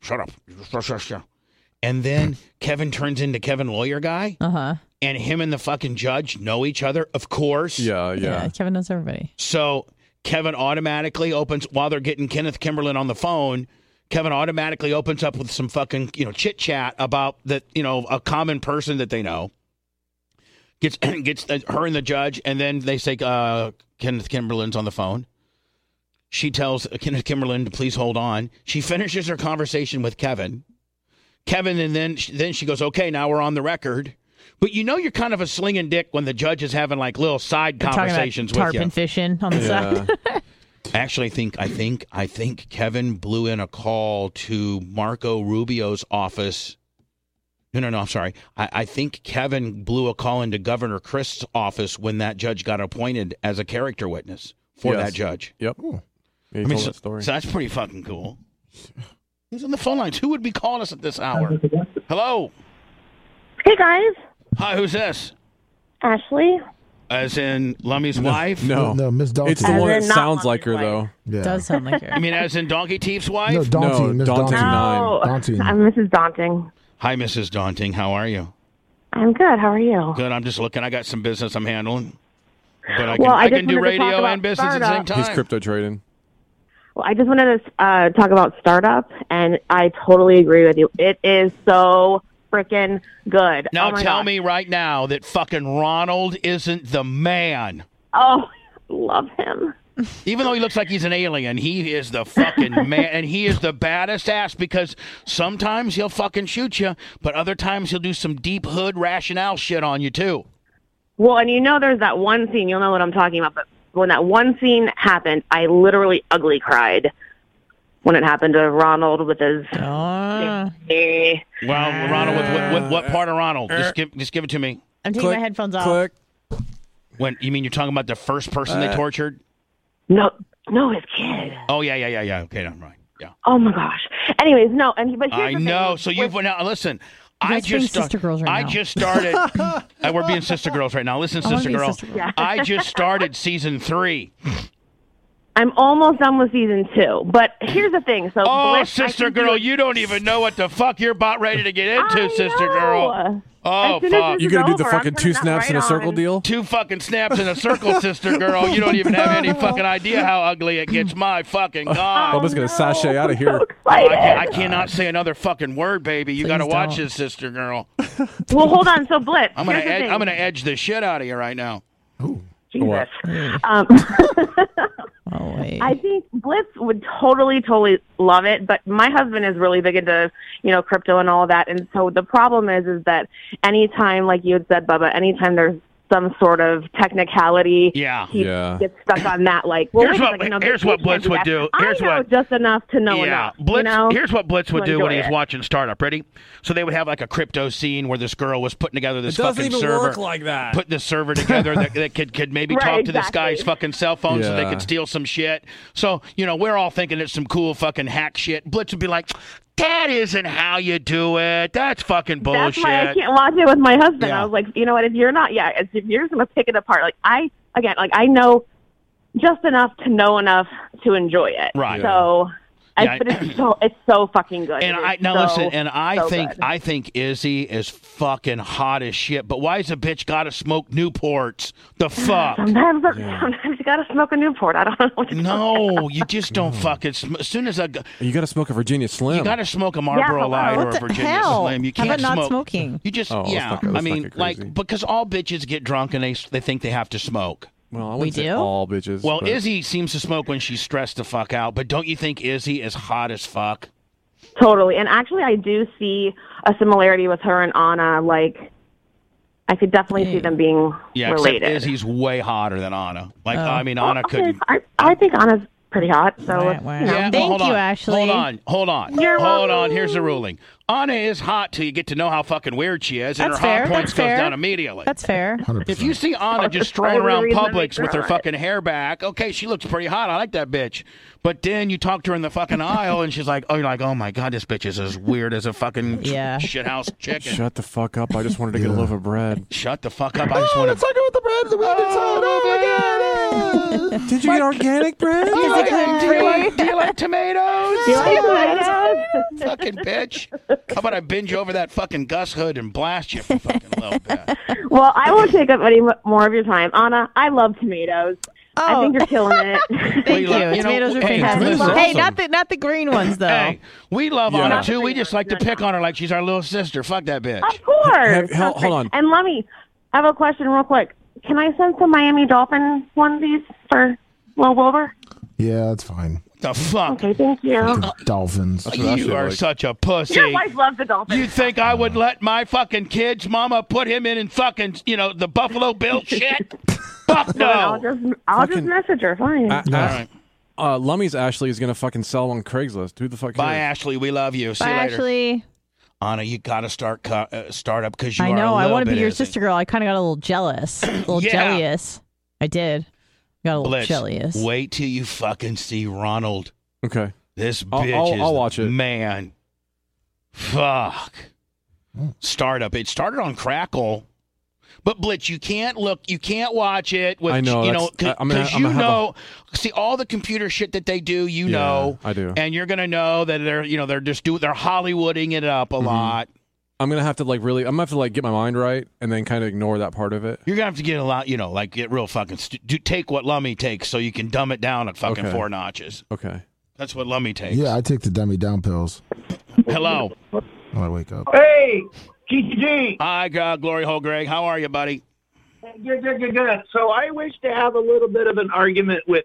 Speaker 1: shut up, Shut, shut, shut. and then Kevin turns into Kevin lawyer guy,
Speaker 4: Uh huh.
Speaker 1: and him and the fucking judge know each other, of course.
Speaker 2: Yeah,
Speaker 4: Yeah.
Speaker 2: yeah.
Speaker 4: Kevin knows everybody.
Speaker 1: So Kevin automatically opens while they're getting Kenneth Kimberlin on the phone. Kevin automatically opens up with some fucking you know chit chat about that you know a common person that they know. Gets gets the- her and the judge, and then they say uh, Kenneth Kimberlin's on the phone. She tells Kenneth Kimberlin to please hold on. She finishes her conversation with Kevin. Kevin, and then then she goes, "Okay, now we're on the record." But you know you're kind of a slinging dick when the judge is having like little side
Speaker 4: We're talking about
Speaker 1: conversations with you.
Speaker 4: tarpon fishing on the side.
Speaker 2: Yeah.
Speaker 1: Actually, I think I think I think Kevin blew in a call to Marco Rubio's office. No, no, no. I'm sorry. I, I think Kevin blew a call into Governor Chris's office when that judge got appointed as a character witness for
Speaker 2: Yes.
Speaker 1: that judge.
Speaker 2: Yep.
Speaker 3: Ooh.
Speaker 2: Yeah, you
Speaker 1: I mean,
Speaker 2: told
Speaker 1: so,
Speaker 2: that story.
Speaker 1: so that's pretty fucking cool. Who's on the phone lines? Who would be calling us at this hour? Hello.
Speaker 8: Hey guys,
Speaker 1: Hi. Who's this?
Speaker 8: Ashley.
Speaker 1: As in Lummy's wife?
Speaker 2: no.
Speaker 3: No, Miss Dalton.
Speaker 2: It's the
Speaker 8: As
Speaker 2: one that
Speaker 8: in not
Speaker 2: sounds
Speaker 8: one
Speaker 2: like her,
Speaker 8: wife.
Speaker 2: though.
Speaker 3: yeah.
Speaker 4: Does sound like
Speaker 1: You
Speaker 4: her.
Speaker 1: mean as in Donkey Teef's wife?
Speaker 3: no, Daunting.
Speaker 2: No,
Speaker 3: Miss
Speaker 2: Daunting.
Speaker 3: Daunting.
Speaker 8: Oh,
Speaker 3: Daunting.
Speaker 8: I'm Mrs. Daunting.
Speaker 1: Hi, Mrs. Daunting. How are you?
Speaker 8: I'm good. How are you?
Speaker 1: Good. I'm just looking. I got some business I'm handling. But I can,
Speaker 8: Well, I
Speaker 1: I
Speaker 8: just
Speaker 1: can do
Speaker 8: wanted to talk
Speaker 1: radio
Speaker 8: about
Speaker 1: and business at the same
Speaker 8: startup.
Speaker 1: time.
Speaker 2: He's crypto trading.
Speaker 8: Well, I just wanted to uh, talk about startup, and I totally agree with you. It is so freaking good.
Speaker 1: now
Speaker 8: oh my
Speaker 1: tell
Speaker 8: God.
Speaker 1: me right now that fucking Ronald isn't the man.
Speaker 8: Oh, love him.
Speaker 1: Even though he looks like he's an alien, he is the fucking man, and he is the baddest ass because sometimes he'll fucking shoot you, but other times he'll do some deep hood rationale shit on you too.
Speaker 8: Well, and you know, there's that one scene. You'll know what I'm talking about. But when that one scene happened, I literally ugly cried when it happened to Ronald with his.
Speaker 4: Ah.
Speaker 8: Eh.
Speaker 1: Well, Ronald, with, with, with what part of Ronald?
Speaker 8: Uh,
Speaker 1: Just give, just give it to me.
Speaker 4: I'm taking my
Speaker 2: Click,
Speaker 4: headphones off.
Speaker 2: Click.
Speaker 1: When you mean you're talking about the first person
Speaker 8: uh,
Speaker 1: they tortured?
Speaker 8: No, no, his kid.
Speaker 1: Oh yeah, yeah, yeah, yeah. Okay, I'm right. Yeah.
Speaker 8: Oh my gosh. Anyways, no, and but here's
Speaker 1: I
Speaker 8: the thing.
Speaker 1: know. So you've
Speaker 8: With-
Speaker 1: now listen. I
Speaker 4: guys being
Speaker 1: just sta-
Speaker 4: sister girls right
Speaker 1: I
Speaker 4: now.
Speaker 1: just started. Uh, we're being sister girls right now. Listen,
Speaker 4: I wanna
Speaker 1: sister
Speaker 4: be a
Speaker 1: girl.
Speaker 4: sister girl. Yeah.
Speaker 1: I just started season three.
Speaker 8: I'm almost done with season two, but here's the thing. So,
Speaker 1: Oh,
Speaker 8: Blake, I
Speaker 1: sister
Speaker 8: think you-
Speaker 1: girl, you don't even know what the fuck you're about ready to get into,
Speaker 8: I
Speaker 1: sister
Speaker 8: know.
Speaker 1: girl. Oh
Speaker 8: As soon as
Speaker 1: fuck!
Speaker 8: this
Speaker 2: You
Speaker 8: is
Speaker 2: gonna do the
Speaker 8: over, I'm
Speaker 2: fucking
Speaker 8: putting
Speaker 2: two
Speaker 8: that
Speaker 2: snaps
Speaker 8: right
Speaker 2: in a circle
Speaker 8: on.
Speaker 2: deal?
Speaker 1: Two fucking snaps in a circle, sister girl. You don't even have any fucking idea how ugly it gets. My fucking
Speaker 2: I'm
Speaker 8: Oh,
Speaker 4: Oh,
Speaker 1: god!
Speaker 2: just gonna sashay out of here.
Speaker 1: I,
Speaker 8: Excited.
Speaker 1: can't, I cannot say another fucking word, baby. You
Speaker 4: Please
Speaker 1: got to watch
Speaker 4: don't.
Speaker 1: this, sister girl.
Speaker 8: Well, hold on. So, Blitz.
Speaker 1: I'm gonna
Speaker 8: here's the
Speaker 1: ed-
Speaker 8: thing.
Speaker 1: I'm gonna edge the shit out of you right now.
Speaker 8: Jesus. Um,
Speaker 4: Oh wait.
Speaker 8: I think Blitz would totally, totally love it. But my husband is really big into, you know, crypto and all that. And so the problem is, is that anytime, like you had said, Bubba, anytime there's some sort of technicality,
Speaker 1: Yeah.
Speaker 8: he
Speaker 2: Yeah.
Speaker 8: gets stuck on that. Like, well,
Speaker 1: Here's
Speaker 8: wait a
Speaker 1: what-
Speaker 8: second, no,
Speaker 1: here's
Speaker 8: they
Speaker 1: what
Speaker 8: can't
Speaker 1: Blitz would
Speaker 8: that.
Speaker 1: do.
Speaker 8: I
Speaker 1: Here's
Speaker 8: know
Speaker 1: what-
Speaker 8: just enough to know
Speaker 1: yeah,
Speaker 8: enough. you
Speaker 1: Blitz.
Speaker 8: know?
Speaker 1: Here's what Blitz would
Speaker 8: to
Speaker 1: do when he
Speaker 8: enjoy
Speaker 1: was
Speaker 8: it.
Speaker 1: watching Startup. Ready? So they would have like a crypto scene where this girl was putting together this
Speaker 2: doesn't
Speaker 1: fucking
Speaker 2: even
Speaker 1: server,
Speaker 2: work like that.
Speaker 1: put this server together that, that could could maybe
Speaker 8: Right,
Speaker 1: talk to this
Speaker 8: exactly.
Speaker 1: guy's fucking cell phone so they
Speaker 2: Yeah.
Speaker 1: could steal some shit. So you know we're all thinking it's some cool fucking hack shit. Blitz would be like, "That isn't how you do it. That's fucking
Speaker 8: That's
Speaker 1: bullshit."
Speaker 8: why I can't watch it with my husband.
Speaker 1: Yeah.
Speaker 8: I was like, you know what? If you're not, yeah, if you're just gonna pick it apart, like I again, like I know
Speaker 9: just enough to know enough to enjoy it.
Speaker 1: Right.
Speaker 9: So, I,
Speaker 1: Yeah, I-
Speaker 9: but it's so it's so fucking good.
Speaker 1: And
Speaker 9: It
Speaker 1: I
Speaker 9: is
Speaker 1: now
Speaker 9: so,
Speaker 1: listen, and I
Speaker 9: so
Speaker 1: think
Speaker 9: good.
Speaker 1: I think Izzy is fucking hot as shit. But why's a bitch gotta smoke Newports? The fuck?
Speaker 9: sometimes sometimes you gotta smoke a Newport. I don't know. What to
Speaker 1: No, you just don't
Speaker 2: Mm.
Speaker 1: fucking. Sm- as soon as a g-
Speaker 2: You got to smoke a Virginia Slim.
Speaker 1: you gotta smoke a Marlboro
Speaker 9: hello.
Speaker 1: Light or
Speaker 4: uh, What
Speaker 1: a
Speaker 4: the
Speaker 1: Virginia
Speaker 4: hell?
Speaker 1: Slim, you
Speaker 4: How
Speaker 1: can't
Speaker 4: about not
Speaker 1: smoke.
Speaker 4: smoking?
Speaker 1: You just
Speaker 2: Oh, let's
Speaker 1: yeah.
Speaker 2: not go-
Speaker 1: I
Speaker 2: let's not
Speaker 1: mean,
Speaker 2: get
Speaker 1: like
Speaker 2: crazy.
Speaker 1: because all bitches get drunk and they s- they think they have to smoke.
Speaker 2: well, I
Speaker 4: We
Speaker 2: wouldn't say
Speaker 4: do?
Speaker 2: all bitches.
Speaker 1: Well,
Speaker 2: but-
Speaker 1: Izzy seems to smoke when she's stressed the fuck out, but don't you think Izzy is hot as fuck?
Speaker 9: Totally. And actually, I do see a similarity with her and Anna. Like, I could definitely see them being
Speaker 1: Yeah,
Speaker 9: related.
Speaker 1: except Izzy's way hotter than Anna. Like,
Speaker 4: Oh.
Speaker 1: I mean, Anna
Speaker 9: Okay,
Speaker 1: couldn't.
Speaker 9: I, I think Anna's pretty hot. So,
Speaker 4: Wow,
Speaker 9: it's,
Speaker 4: wow.
Speaker 9: you know.
Speaker 1: Yeah, well,
Speaker 4: Thank
Speaker 1: hold
Speaker 4: you,
Speaker 1: on.
Speaker 4: Ashley.
Speaker 1: Hold on, hold on,
Speaker 9: You're
Speaker 1: hold on.
Speaker 9: welcome.
Speaker 1: Here's the ruling: Anna is hot till you get to know how fucking weird she is, and
Speaker 4: That's
Speaker 1: her hot
Speaker 4: fair,
Speaker 1: points
Speaker 4: that's
Speaker 1: goes
Speaker 4: fair.
Speaker 1: down immediately.
Speaker 4: That's fair.
Speaker 3: 100%.
Speaker 1: if you see Anna just strolling
Speaker 9: Only
Speaker 1: around
Speaker 9: reason I make
Speaker 1: Publix with her
Speaker 9: her hot.
Speaker 1: fucking hair back, okay, she looks pretty hot. I like that bitch. But then you talk to her in the fucking aisle, and she's like, "Oh, you're like, oh my god, this bitch is as weird as a fucking
Speaker 4: Yeah.
Speaker 1: shithouse chicken." Shut,
Speaker 2: Shut the fuck up! I just wanted to get a loaf of bread.
Speaker 1: the fuck up! I
Speaker 3: Oh,
Speaker 1: just want to.
Speaker 3: with the bread. The bread inside. Oh, my God.
Speaker 2: Did you get organic bread?
Speaker 1: Do you like, do you like tomatoes?
Speaker 9: Yes.
Speaker 1: fucking bitch. How about I binge over that fucking Gus Hood and blast you for fucking little bit?
Speaker 9: Well, I won't take up any more of your time. Anna, I love tomatoes. I
Speaker 4: Oh.
Speaker 9: think you're killing it.
Speaker 1: Thank
Speaker 4: Thank you. Tomatoes are
Speaker 1: hey,
Speaker 4: fantastic.
Speaker 2: tomatoes are
Speaker 4: Hey,
Speaker 2: awesome.
Speaker 4: not the not the green ones though.
Speaker 1: Hey, we love
Speaker 2: Yeah.
Speaker 1: Anna
Speaker 2: Not
Speaker 1: too. We just like to pick on her like she's our little sister. Fuck that bitch.
Speaker 9: of course.
Speaker 2: Have- hel- hold on.
Speaker 9: And let me, I have a question real quick. Can I send some Miami Dolphin onesies for Lil Wilbur?
Speaker 3: Yeah, that's fine.
Speaker 1: The fuck?
Speaker 9: Okay, thank
Speaker 4: Oh.
Speaker 9: you.
Speaker 3: The dolphins.
Speaker 1: You are such a pussy.
Speaker 9: Your wife loves the Dolphins.
Speaker 1: You think I would let my fucking kids, mama, put him in and fucking, you know, the Buffalo Bill shit? Fuck
Speaker 9: I'll
Speaker 1: no.
Speaker 9: just, I'll just
Speaker 2: Fucking-
Speaker 9: message her. Fine.
Speaker 2: A-
Speaker 1: All
Speaker 2: Ash-
Speaker 1: right.
Speaker 2: uh, Lummy's Ashley is gonna fucking sell on Craigslist. Who the fuck?
Speaker 1: Bye,
Speaker 2: cares?
Speaker 1: Ashley. We love you. See
Speaker 4: Bye,
Speaker 1: you later.
Speaker 4: Ashley.
Speaker 1: Anna, you gotta start co- uh, start up because you
Speaker 4: I
Speaker 1: are.
Speaker 4: know.
Speaker 1: I
Speaker 4: I want to be your
Speaker 1: izzy.
Speaker 4: sister girl. I kind of got a little jealous, a little
Speaker 1: Yeah.
Speaker 4: jealous. I did. Got a little
Speaker 1: Blitz.
Speaker 4: jealous.
Speaker 1: Wait till you fucking see Ronald.
Speaker 2: Okay.
Speaker 1: This
Speaker 2: I'll-
Speaker 1: bitch
Speaker 2: I'll-
Speaker 1: is
Speaker 2: I'll watch it.
Speaker 1: man. Fuck. Startup. It started on Crackle. But Blitz, you can't look, you can't watch it with
Speaker 2: I know,
Speaker 1: you know
Speaker 2: that's- I- I'm gonna-
Speaker 1: because
Speaker 2: I'm
Speaker 1: you
Speaker 2: gonna have a-
Speaker 1: know see all the computer shit that they do, you
Speaker 2: Yeah,
Speaker 1: know.
Speaker 2: I do.
Speaker 1: And you're gonna know that they're you know, they're just do they're Hollywooding it up
Speaker 2: Mm-hmm.
Speaker 1: a lot.
Speaker 2: I'm gonna have to like really. I'm gonna have to like get my mind right and then kind of ignore that part of it.
Speaker 1: You're gonna have to get a lot, you know, like get real fucking st- do, take what Lummy takes so you can dumb it down at fucking
Speaker 2: Okay.
Speaker 1: four notches.
Speaker 2: Okay.
Speaker 1: That's what Lummy takes.
Speaker 3: Yeah, I take the dummy down pills
Speaker 1: Hello.
Speaker 3: when I wake up.
Speaker 10: Hey, GGG.
Speaker 1: Hi, uh, Glory Hole Greg. How are you, buddy?
Speaker 10: Good, good, good, good. So I wish to have a little bit of an argument with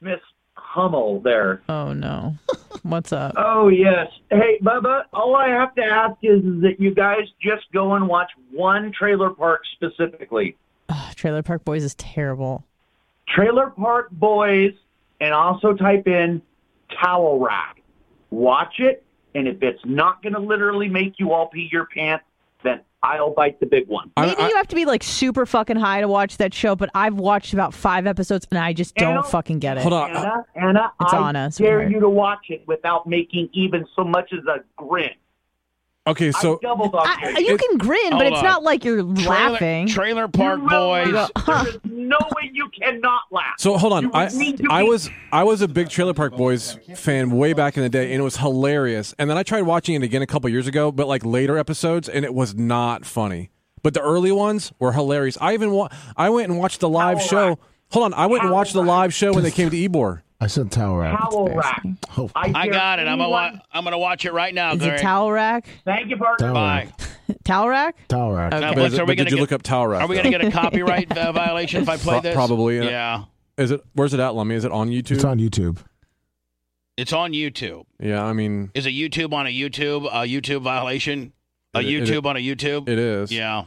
Speaker 10: Miss Hummel there.
Speaker 4: Oh no. What's up?
Speaker 10: Oh, yes. Hey, Bubba, all I have to ask is, is that you guys just go and watch one trailer park specifically.
Speaker 4: Ugh, Trailer Park Boys is terrible.
Speaker 10: Trailer Park Boys, and also type in towel rack. Watch it, and if it's not going to literally make you all pee your pants, then I'll bite the big one.
Speaker 2: I-
Speaker 4: Maybe
Speaker 2: I-
Speaker 4: you have to be like super fucking high to watch that show, but I've watched about five episodes and I just don't
Speaker 10: Ow.
Speaker 4: fucking get it.
Speaker 2: Hold on.
Speaker 10: Anna, Anna,
Speaker 4: It's
Speaker 10: I
Speaker 4: on us,
Speaker 10: dare
Speaker 4: sweetheart.
Speaker 10: you to watch it without making even so much as a grin.
Speaker 2: Okay. So
Speaker 10: I doubled on
Speaker 4: I,
Speaker 10: you.
Speaker 4: you can grin,
Speaker 1: Hold
Speaker 4: but it's
Speaker 1: on.
Speaker 4: not like you're
Speaker 1: Trailer-
Speaker 4: laughing.
Speaker 1: Trailer Park
Speaker 10: You will
Speaker 1: Boys.
Speaker 10: laugh. There is no way you cannot laugh.
Speaker 2: So hold
Speaker 10: You
Speaker 2: on, I
Speaker 10: need to
Speaker 2: I
Speaker 10: be-
Speaker 2: was I was a big Trailer Park Boys fan way back in the day, and it was hilarious. And then I tried watching it again a couple years ago, but like later episodes, and it was not funny. But the early ones were hilarious. I even wa- I went and watched the live show. Hold on, I went and watched the live show when they came to Ebor.
Speaker 3: I said towel rack.
Speaker 10: towel rack.
Speaker 3: Oh,
Speaker 10: dare
Speaker 1: I got it. I'm gonna wa-
Speaker 10: anyone-
Speaker 1: I'm gonna watch it right now,
Speaker 4: is
Speaker 1: Greg.
Speaker 4: it towel rack?
Speaker 10: Thank you, partner.
Speaker 3: towel
Speaker 1: Bye.
Speaker 3: rack.
Speaker 4: Towel rack?
Speaker 3: Towel rack.
Speaker 1: Now,
Speaker 2: But,
Speaker 1: Blitz,
Speaker 2: is it-
Speaker 1: are we
Speaker 2: but did
Speaker 1: gonna
Speaker 2: you
Speaker 1: get,
Speaker 2: look up Tower Rack?
Speaker 1: Are we gonna get a copyright uh, violation if I play
Speaker 2: Pro-
Speaker 1: this?
Speaker 2: probably, yeah.
Speaker 1: Yeah.
Speaker 2: Is it where's it at, Lummy? Is it on YouTube?
Speaker 3: It's on YouTube.
Speaker 1: It's on YouTube.
Speaker 2: yeah, I mean
Speaker 1: Is a YouTube on a YouTube a YouTube violation? A
Speaker 2: It- it-
Speaker 1: YouTube on a YouTube?
Speaker 2: it is.
Speaker 1: Yeah.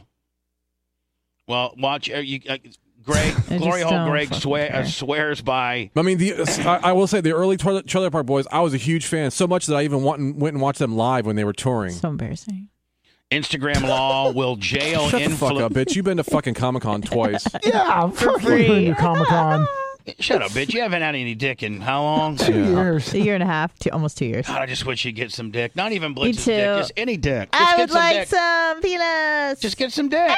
Speaker 1: Well, watch. Uh, you, uh, Greg,
Speaker 4: I
Speaker 1: Glory
Speaker 4: just
Speaker 1: Hole
Speaker 4: don't
Speaker 1: Greg
Speaker 4: fucking
Speaker 1: swear, uh,
Speaker 4: care.
Speaker 1: swears by.
Speaker 2: I mean, the I, I will say the early Toilet- Trailer Park Boys. I was a huge fan, so much that I even went and, went and watched them live when they were touring.
Speaker 4: So embarrassing.
Speaker 1: Instagram law will jail
Speaker 2: Shut the fuck
Speaker 1: influ-
Speaker 2: up, bitch! You've been to fucking Comic Con twice.
Speaker 3: Yeah, for
Speaker 4: free.
Speaker 3: Your Comic Con.
Speaker 1: Shut up, bitch. You haven't had any dick in how long?
Speaker 3: Two years.
Speaker 4: A year and a half, two, almost two years.
Speaker 1: God, I just wish you'd get some dick. Not even Blitz's
Speaker 4: too.
Speaker 1: dick. Just any dick. Just
Speaker 4: I
Speaker 1: get
Speaker 4: would
Speaker 1: some
Speaker 4: like
Speaker 1: dick.
Speaker 4: some peanuts.
Speaker 1: Just get some dick.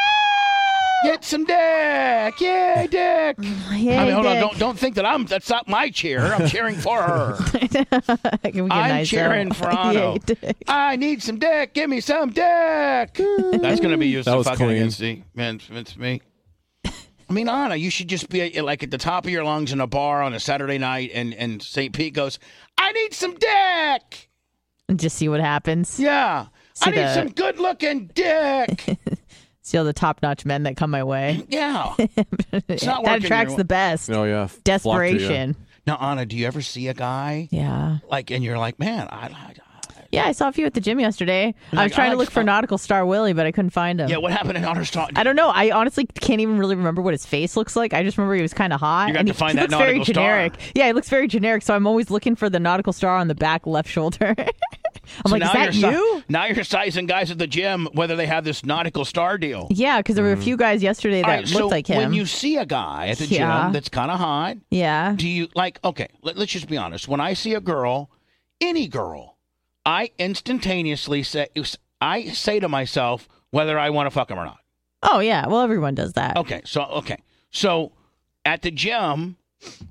Speaker 1: Get some dick. Yay, dick. I mean, hold on.
Speaker 4: dick.
Speaker 1: Don't don't think that I'm. That's not my cheer. I'm cheering for her.
Speaker 4: Can we get
Speaker 1: I'm
Speaker 4: nice
Speaker 1: cheering
Speaker 4: little-
Speaker 1: for Ano.
Speaker 4: Yay, dick.
Speaker 1: I need some dick. Give me some dick. That's going to be used
Speaker 2: That
Speaker 1: to
Speaker 2: was
Speaker 1: fucking
Speaker 2: clean.
Speaker 1: against the, against against me. I mean, Anna, you should just be like at the top of your lungs in a bar on a Saturday night, and and St. Pete goes, "I need some dick."
Speaker 4: And just see what happens.
Speaker 1: Yeah. I
Speaker 4: See
Speaker 1: need
Speaker 4: the-
Speaker 1: some good-looking dick.
Speaker 4: See all the top-notch men that come my way.
Speaker 1: Yeah. not
Speaker 4: that
Speaker 1: working
Speaker 4: attracts
Speaker 1: your-
Speaker 4: the best.
Speaker 2: Oh yeah. Flock to you.
Speaker 4: Desperation.
Speaker 1: Now, Anna, do you ever see a guy
Speaker 4: Yeah.
Speaker 1: like, and you're like, man, I, I
Speaker 4: Yeah, I saw a few at the gym yesterday. I
Speaker 1: Like,
Speaker 4: was trying
Speaker 1: I
Speaker 4: to
Speaker 1: like
Speaker 4: look for Nautical Star Willie, but I couldn't find him.
Speaker 1: yeah, what happened in Honor Star?
Speaker 4: I don't know. I honestly can't even really remember what his face looks like. I just remember he was kind of hot.
Speaker 1: You're gonna have
Speaker 4: and he,
Speaker 1: to find
Speaker 4: he
Speaker 1: that
Speaker 4: looks very
Speaker 1: nautical star.
Speaker 4: generic. Yeah, he looks very generic. So I'm always looking for the nautical star on the back left shoulder. I'm like, is that
Speaker 1: you're si-
Speaker 4: you?
Speaker 1: now you're sizing guys at the gym whether they have this nautical star deal.
Speaker 4: Yeah, because there were a few guys yesterday that
Speaker 1: Mm. All right,
Speaker 4: looked
Speaker 1: so
Speaker 4: like him.
Speaker 1: when you see a guy at the
Speaker 4: Yeah.
Speaker 1: gym that's kind of hot,
Speaker 4: yeah,
Speaker 1: do you like? Okay, let, us just be honest. When I see a girl, any girl, I instantaneously say, I say to myself whether I want to fuck him or not.
Speaker 4: Oh yeah. Well, everyone does that.
Speaker 1: Okay, so okay, so at the gym,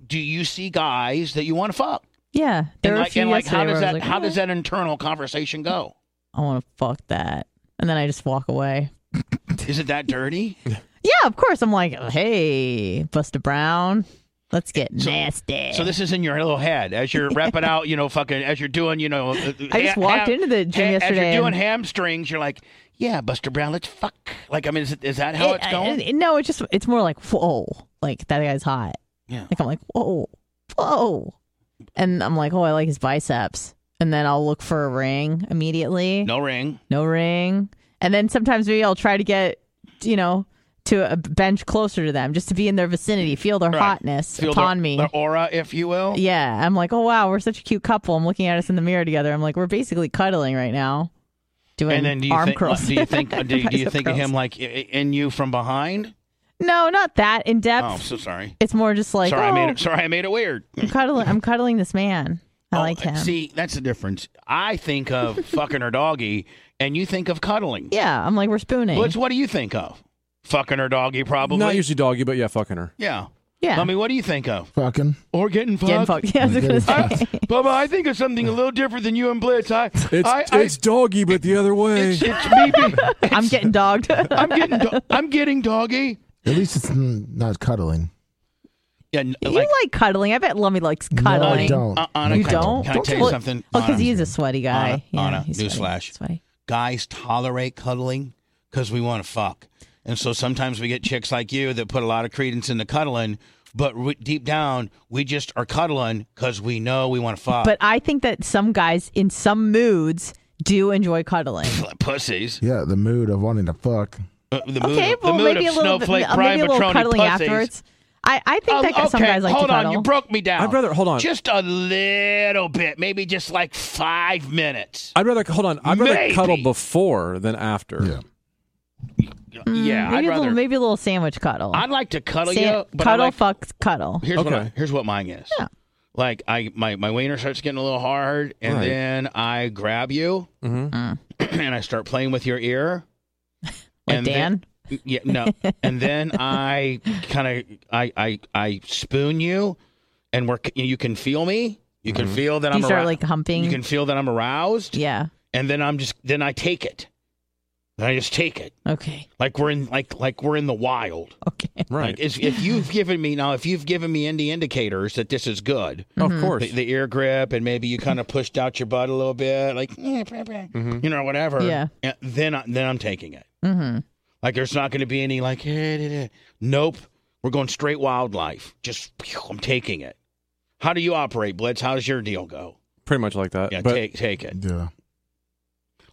Speaker 1: do you see guys that you want to fuck?
Speaker 4: Yeah,
Speaker 1: and
Speaker 4: there were a
Speaker 1: like,
Speaker 4: few
Speaker 1: and like
Speaker 4: yesterday
Speaker 1: how
Speaker 4: where
Speaker 1: does
Speaker 4: I was
Speaker 1: that
Speaker 4: like,
Speaker 1: how does
Speaker 4: "Eh,
Speaker 1: that internal conversation go?
Speaker 4: I want to fuck that, and then I just walk away.
Speaker 1: Is it that dirty?
Speaker 4: Yeah, of course. I'm like, hey, Busta Brown, let's get nasty.
Speaker 1: So this is in your little head as you're repping out, you know, fucking as you're doing, you know. uh, I
Speaker 4: I just walked into the gym yesterday
Speaker 1: As you're doing
Speaker 4: and-
Speaker 1: hamstrings, you're like, yeah, Buster Brown, let's fuck. Like, I mean, is, it, is that how
Speaker 4: It- uh,
Speaker 1: it's going?
Speaker 4: it- no, it's just it's more like whoa, like that guy's hot.
Speaker 1: Yeah.
Speaker 4: Like I'm like whoa, whoa, and I'm like oh I like his biceps, and then I'll look for a ring immediately.
Speaker 1: no ring.
Speaker 4: no ring, and then sometimes maybe I'll try to get you know to a bench closer to them just to be in their vicinity, feel their
Speaker 1: Right.
Speaker 4: hotness
Speaker 1: Feel
Speaker 4: upon
Speaker 1: the,
Speaker 4: me.
Speaker 1: the aura, if you will.
Speaker 4: yeah, I'm like, oh wow, we're such a cute couple. I'm looking at us in the mirror together. I'm like, we're basically cuddling right now, doing
Speaker 1: And then do you
Speaker 4: arm
Speaker 1: think?
Speaker 4: curls.
Speaker 1: Do you think? Do, you- do you
Speaker 4: Bicep
Speaker 1: think of
Speaker 4: curls.
Speaker 1: him like i- i- in you from behind?
Speaker 4: No, not that in depth.
Speaker 1: Oh, I'm so sorry.
Speaker 4: It's more just like
Speaker 1: sorry, I
Speaker 4: oh,
Speaker 1: made it. Sorry, I made it weird.
Speaker 4: I'm cuddling. I'm cuddling this man. I
Speaker 1: Oh,
Speaker 4: like him.
Speaker 1: See, that's the difference. I think of fucking her doggy, and you think of cuddling.
Speaker 4: Yeah, I'm like we're spooning.
Speaker 1: Butch, what do you think of? Fucking her doggy, probably.
Speaker 2: Not usually doggy, but yeah, fucking her.
Speaker 1: yeah.
Speaker 4: yeah,
Speaker 1: I mean, what do you think of?
Speaker 3: Fucking.
Speaker 1: Or getting fucked.
Speaker 4: Getting fucked. Yeah, I was gonna say.
Speaker 1: Bubba, I think of something a little different than you and Blitz. I,
Speaker 2: It's
Speaker 1: I, I,
Speaker 2: it's doggy, but the other way.
Speaker 1: it's, it's me. Be,
Speaker 4: I'm getting dogged.
Speaker 1: I'm getting, do- I'm getting doggy.
Speaker 3: At least it's n- not cuddling.
Speaker 1: Yeah, n-
Speaker 4: you like, cuddling? I bet Lummy likes
Speaker 3: No, I
Speaker 4: cuddling.
Speaker 3: don't.
Speaker 1: Uh, Anna,
Speaker 4: You
Speaker 1: can I-
Speaker 4: don't?
Speaker 1: Can I tell you
Speaker 4: Well,
Speaker 1: something?
Speaker 4: Oh, because
Speaker 1: Anna,
Speaker 4: he's a sweaty guy.
Speaker 1: Anna,
Speaker 4: yeah,
Speaker 1: Anna,
Speaker 4: he's sweaty.
Speaker 1: newsflash.
Speaker 4: He's Sweaty.
Speaker 1: guys tolerate cuddling because we want to fuck, and so sometimes we get chicks like you that put a lot of credence into cuddling, but re- deep down we just are cuddling because we know we want to fuck.
Speaker 4: But I think that some guys in some moods do enjoy cuddling.
Speaker 1: pussies.
Speaker 3: Yeah, the mood of wanting to fuck.
Speaker 1: Uh, the mood
Speaker 4: okay,
Speaker 1: of- the
Speaker 4: well
Speaker 1: mood
Speaker 4: maybe a
Speaker 1: of
Speaker 4: little bit,
Speaker 1: snowflake,
Speaker 4: uh,
Speaker 1: Brian
Speaker 4: maybe a little
Speaker 1: Petroni
Speaker 4: cuddling
Speaker 1: pussies.
Speaker 4: afterwards. I, I think that
Speaker 1: Um,
Speaker 4: some
Speaker 1: okay,
Speaker 4: guys like
Speaker 1: hold
Speaker 4: to
Speaker 1: on.
Speaker 4: cuddle.
Speaker 1: You broke me down.
Speaker 2: I'd rather- hold on.
Speaker 1: Just a little bit, maybe just like five minutes.
Speaker 2: I'd rather hold on. I'd rather
Speaker 1: Maybe.
Speaker 2: cuddle before than after.
Speaker 3: Yeah.
Speaker 1: yeah,
Speaker 4: Mm. maybe
Speaker 1: I'd
Speaker 4: a little,
Speaker 1: rather.
Speaker 4: maybe a little sandwich cuddle.
Speaker 1: I'd like to cuddle
Speaker 4: Sa-
Speaker 1: you, but I
Speaker 4: cuddle,
Speaker 1: like,
Speaker 4: fuck, cuddle.
Speaker 1: here's what I,
Speaker 2: Okay.
Speaker 1: here's what mine is. Yeah. Like I my my wiener starts getting a little hard, and
Speaker 2: Right.
Speaker 1: then I grab you
Speaker 2: hmm
Speaker 1: and I start playing with your ear.
Speaker 4: Uh. Like
Speaker 1: and
Speaker 4: Dan.
Speaker 1: Then, yeah, no, and then I kind of I I I spoon you, and we're you can feel me. You can
Speaker 2: Mm-hmm.
Speaker 1: feel that
Speaker 4: you
Speaker 1: I'm
Speaker 4: start
Speaker 1: arou-
Speaker 4: like humping.
Speaker 1: You can feel that I'm aroused.
Speaker 4: yeah.
Speaker 1: and then I'm just then I take it. Then I just take it.
Speaker 4: Okay.
Speaker 1: Like we're in like like we're in the wild.
Speaker 4: Okay.
Speaker 2: Right.
Speaker 1: Like is- if you've given me now, if you've given me any indicators that this is good,
Speaker 4: mm-hmm.
Speaker 2: Of course.
Speaker 1: the, the ear grip and maybe you kind of pushed out your butt a little bit, like eh, breh, breh, you know whatever.
Speaker 4: Yeah.
Speaker 1: and Then I, then I'm taking it.
Speaker 4: Mm-hmm.
Speaker 1: Like there's not going to be any like eh, da, da. nope. We're going straight wildlife. Just phew, I'm taking it. How do you operate, Blitz? How does your deal go?
Speaker 2: Pretty much like that.
Speaker 1: Yeah,
Speaker 2: but
Speaker 1: take take it.
Speaker 3: Yeah.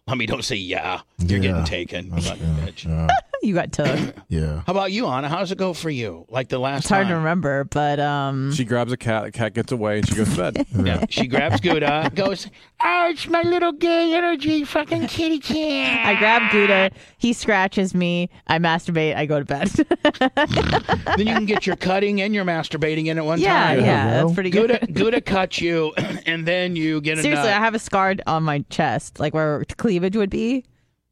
Speaker 1: I mean, don't say yeah. You're
Speaker 3: Yeah.
Speaker 1: getting taken. Fucking
Speaker 3: Yeah.
Speaker 1: bitch.
Speaker 3: Yeah.
Speaker 4: You got took.
Speaker 3: yeah.
Speaker 1: How about you, Anna? How does it go for you? Like the last
Speaker 4: It's hard to
Speaker 1: time.
Speaker 4: remember, but um,
Speaker 2: she grabs a cat. The cat gets away and she goes to bed.
Speaker 1: Yeah, she grabs Gouda, goes, "Oh, it's my little gay energy, fucking kitty cat."
Speaker 4: I grab Gouda. He scratches me. I masturbate. I go to bed.
Speaker 1: Then you can get your cutting and your masturbating in at one
Speaker 4: yeah,
Speaker 1: time.
Speaker 4: yeah,
Speaker 3: Hello?
Speaker 4: that's pretty good.
Speaker 1: Gouda, Gouda cuts you, and then you get a
Speaker 4: Seriously, I
Speaker 1: nut.
Speaker 4: have a scar on my chest, like where cleavage would be.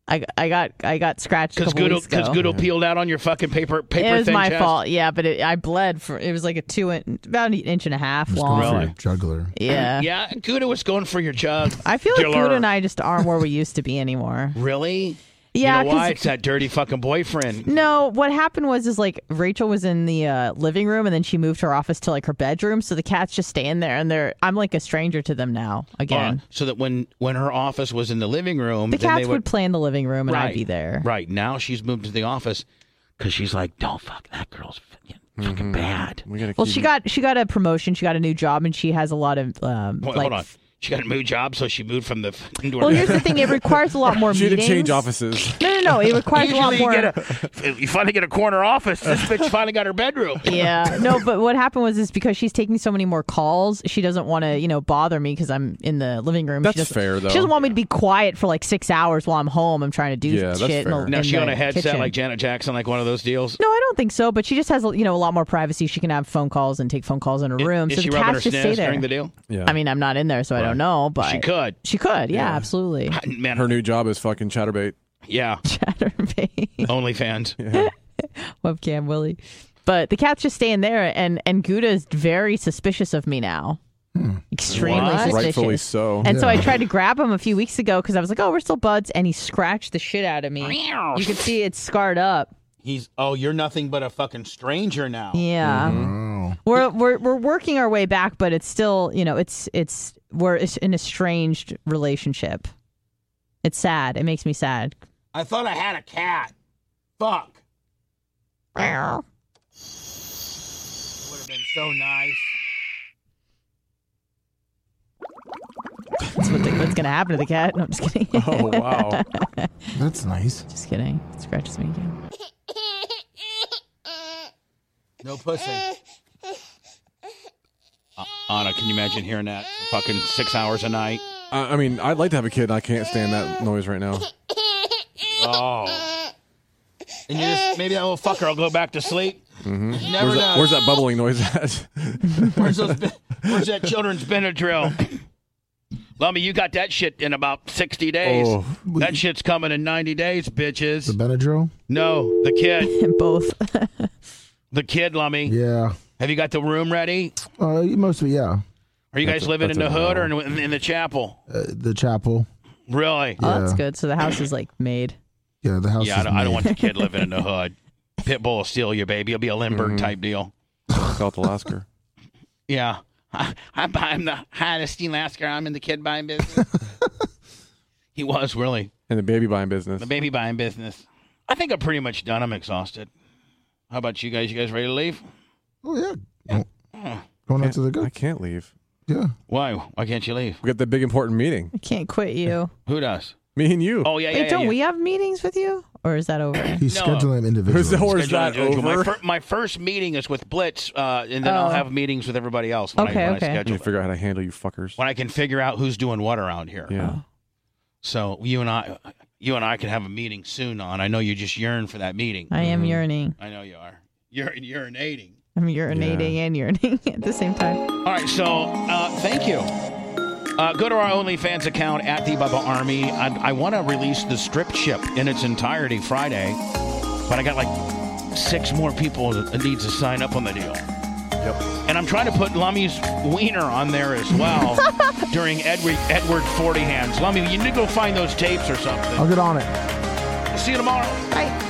Speaker 4: I, I got I got scratched
Speaker 1: Because
Speaker 4: couple
Speaker 1: Goodell,
Speaker 4: weeks ago.
Speaker 1: because Goodell peeled out on your fucking paper paper
Speaker 4: it was
Speaker 1: thin
Speaker 4: my
Speaker 1: chest.
Speaker 4: fault, yeah. But it, I bled for it was like a two in, about an inch and a half long.
Speaker 1: juggler.
Speaker 4: Yeah.
Speaker 1: yeah. Gouda was going for your jug.
Speaker 4: I feel like
Speaker 1: Juggler.
Speaker 4: Good and I just aren't where we used to be anymore.
Speaker 1: Really?
Speaker 4: Yeah,
Speaker 1: You know why?
Speaker 4: 'cause-
Speaker 1: It's that dirty fucking boyfriend.
Speaker 4: No, what happened was is like Rachel was in the uh, living room and then she moved her office to like her bedroom, so the cats just stay in there and they're I'm like a stranger to them now again.
Speaker 1: Uh, so that when when her office was in the living room,
Speaker 4: the
Speaker 1: then
Speaker 4: cats
Speaker 1: they
Speaker 4: would, play in the living room and
Speaker 1: right,
Speaker 4: I'd be there.
Speaker 1: Right now, she's moved to the office because she's like, don't fuck that girl's fucking, fucking bad.
Speaker 2: We gotta
Speaker 4: Well,
Speaker 1: Mm-hmm.
Speaker 4: she got she got a promotion, she got a new job, and she has a lot of um,
Speaker 1: Hold,
Speaker 4: like.
Speaker 1: hold on. She got a new job, so she moved from the. fucking to her-
Speaker 4: Well, here's the thing: it requires a lot more
Speaker 2: She had
Speaker 4: meetings.
Speaker 2: to change offices.
Speaker 4: No, no, no! It requires a lot
Speaker 1: Usually
Speaker 4: more.
Speaker 1: you, get a, you finally get a corner office. This bitch finally got her bedroom.
Speaker 4: yeah no but what happened was is because she's taking so many more calls she doesn't want to you know bother me because i'm in the living room
Speaker 2: That's
Speaker 4: she doesn't,
Speaker 2: fair, though.
Speaker 4: she doesn't want me to be quiet for like six hours while i'm home i'm trying to do
Speaker 2: Yeah, that's
Speaker 4: shit in the-
Speaker 2: fair.
Speaker 1: Now
Speaker 4: in
Speaker 1: she
Speaker 4: the
Speaker 1: on a headset
Speaker 4: kitchen.
Speaker 1: like Janet Jackson, like one of those deals.
Speaker 4: no i don't think so but she just has you know a lot more privacy she can have phone calls and take phone calls in her room
Speaker 1: Is
Speaker 4: so
Speaker 1: she
Speaker 4: the
Speaker 1: rubbing
Speaker 4: cats
Speaker 1: her
Speaker 4: just stay
Speaker 1: sniz
Speaker 4: there
Speaker 1: during the deal?
Speaker 2: Yeah.
Speaker 4: i mean i'm not in there so i don't know but
Speaker 1: She could.
Speaker 4: she could yeah,
Speaker 2: Yeah.
Speaker 4: absolutely
Speaker 1: Man,
Speaker 2: her new job is fucking chatterbait.
Speaker 1: Yeah.
Speaker 4: Chatterbait.
Speaker 1: OnlyFans.
Speaker 4: webcam willie but the cats just stay in there and and gouda is very suspicious of me now extremely
Speaker 2: What?
Speaker 4: suspicious
Speaker 2: Hmm. Rightfully so.
Speaker 4: And so I
Speaker 2: Yeah.
Speaker 4: tried to grab him a few weeks ago because I was like, "Oh, we're still buds," and he scratched the shit out of me. You can see it's scarred up.
Speaker 1: He's oh, you're nothing but a fucking stranger now.
Speaker 4: Yeah, we're we're we're working our way back, but it's still, you know, it's it's we're it's an estranged relationship. It's sad. It makes me sad.
Speaker 1: I thought I had a cat. Fuck.
Speaker 4: Meow.
Speaker 1: Would have been so nice.
Speaker 4: That's what the, what's gonna happen to the cat. No, I'm just kidding.
Speaker 3: Oh, wow. That's nice.
Speaker 4: just kidding. It scratches me again.
Speaker 1: No pussy. Uh, Anna, can you imagine hearing that for fucking six hours a night?
Speaker 2: I, I mean, I'd like to have a kid. and I can't stand that noise right now.
Speaker 1: Oh. And you just maybe that little fucker will go back to sleep.
Speaker 3: Mm-hmm.
Speaker 2: hmm
Speaker 1: Never
Speaker 2: where's,
Speaker 1: know.
Speaker 2: that, where's that bubbling noise at?
Speaker 1: Where's those? Where's that children's Benadryl? Lummy, you got that shit in about sixty days.
Speaker 3: Oh.
Speaker 1: That shit's coming in ninety days, bitches.
Speaker 3: The Benadryl?
Speaker 1: No, the kid.
Speaker 4: Both.
Speaker 1: the kid, Lummy.
Speaker 3: Yeah.
Speaker 1: Have you got the room ready?
Speaker 3: Uh, mostly, yeah.
Speaker 1: Are you
Speaker 3: That's
Speaker 1: guys
Speaker 3: a-
Speaker 1: living in
Speaker 3: that's
Speaker 1: the
Speaker 3: a
Speaker 1: hood or in, in the chapel?
Speaker 3: Uh, the chapel.
Speaker 1: Really?
Speaker 4: Oh, that's good. So the house is like made.
Speaker 3: Yeah, the house.
Speaker 1: yeah, I
Speaker 3: is
Speaker 1: don't, I don't
Speaker 3: made.
Speaker 1: want the kid living in the hood. Pitbull will steal you, baby. It'll be a
Speaker 4: Mm-hmm.
Speaker 1: Lindbergh type deal.
Speaker 2: South Alaska.
Speaker 1: Yeah. I, I'm, I'm the hottest Steve Lasker. I'm in the kid buying business. he was really
Speaker 2: And the baby buying business.
Speaker 1: the baby buying business. I think I'm pretty much done. I'm exhausted. How about you guys? You guys ready to leave?
Speaker 3: Oh, yeah. Going out to the
Speaker 2: I
Speaker 3: good.
Speaker 2: can't leave.
Speaker 3: Yeah.
Speaker 1: Why? Why can't you leave?
Speaker 2: We got that big important meeting.
Speaker 4: I can't quit you.
Speaker 1: Who does?
Speaker 2: Me and you.
Speaker 1: Oh yeah, yeah.
Speaker 4: Wait,
Speaker 1: yeah,
Speaker 4: don't
Speaker 1: yeah.
Speaker 4: we have meetings with you, or is that over?
Speaker 3: He's
Speaker 1: No.
Speaker 2: Who's
Speaker 3: scheduling
Speaker 2: the
Speaker 3: individually.
Speaker 2: horse that
Speaker 1: Scheduling individual.
Speaker 2: over?
Speaker 1: My, fir- my first meeting is with Blitz, uh, and then I'll
Speaker 4: Oh.
Speaker 1: have meetings with everybody else when,
Speaker 4: Okay,
Speaker 1: I, when
Speaker 4: okay.
Speaker 1: I
Speaker 2: I need
Speaker 1: schedule.
Speaker 2: to figure out how to handle you fuckers.
Speaker 1: When I can figure out who's doing what around here.
Speaker 2: Yeah.
Speaker 1: So you and I, you and I can have a meeting soon. On I know you just yearn for that meeting.
Speaker 4: I am yearning.
Speaker 1: I know you are. You're urinating.
Speaker 4: I'm urinating and urinating at the same time.
Speaker 1: All right. So uh, thank you. Uh, go to our OnlyFans account at the Bubba Army. I, I want to release the strip chip in its entirety Friday, but I got like six more people that need to sign up on the deal.
Speaker 2: Yep.
Speaker 1: And I'm trying to put Lummy's wiener on there as well during Edward Edward Forty Hands. Lummy, you need to go find those tapes or something.
Speaker 3: I'll get on it.
Speaker 1: See you tomorrow. Bye.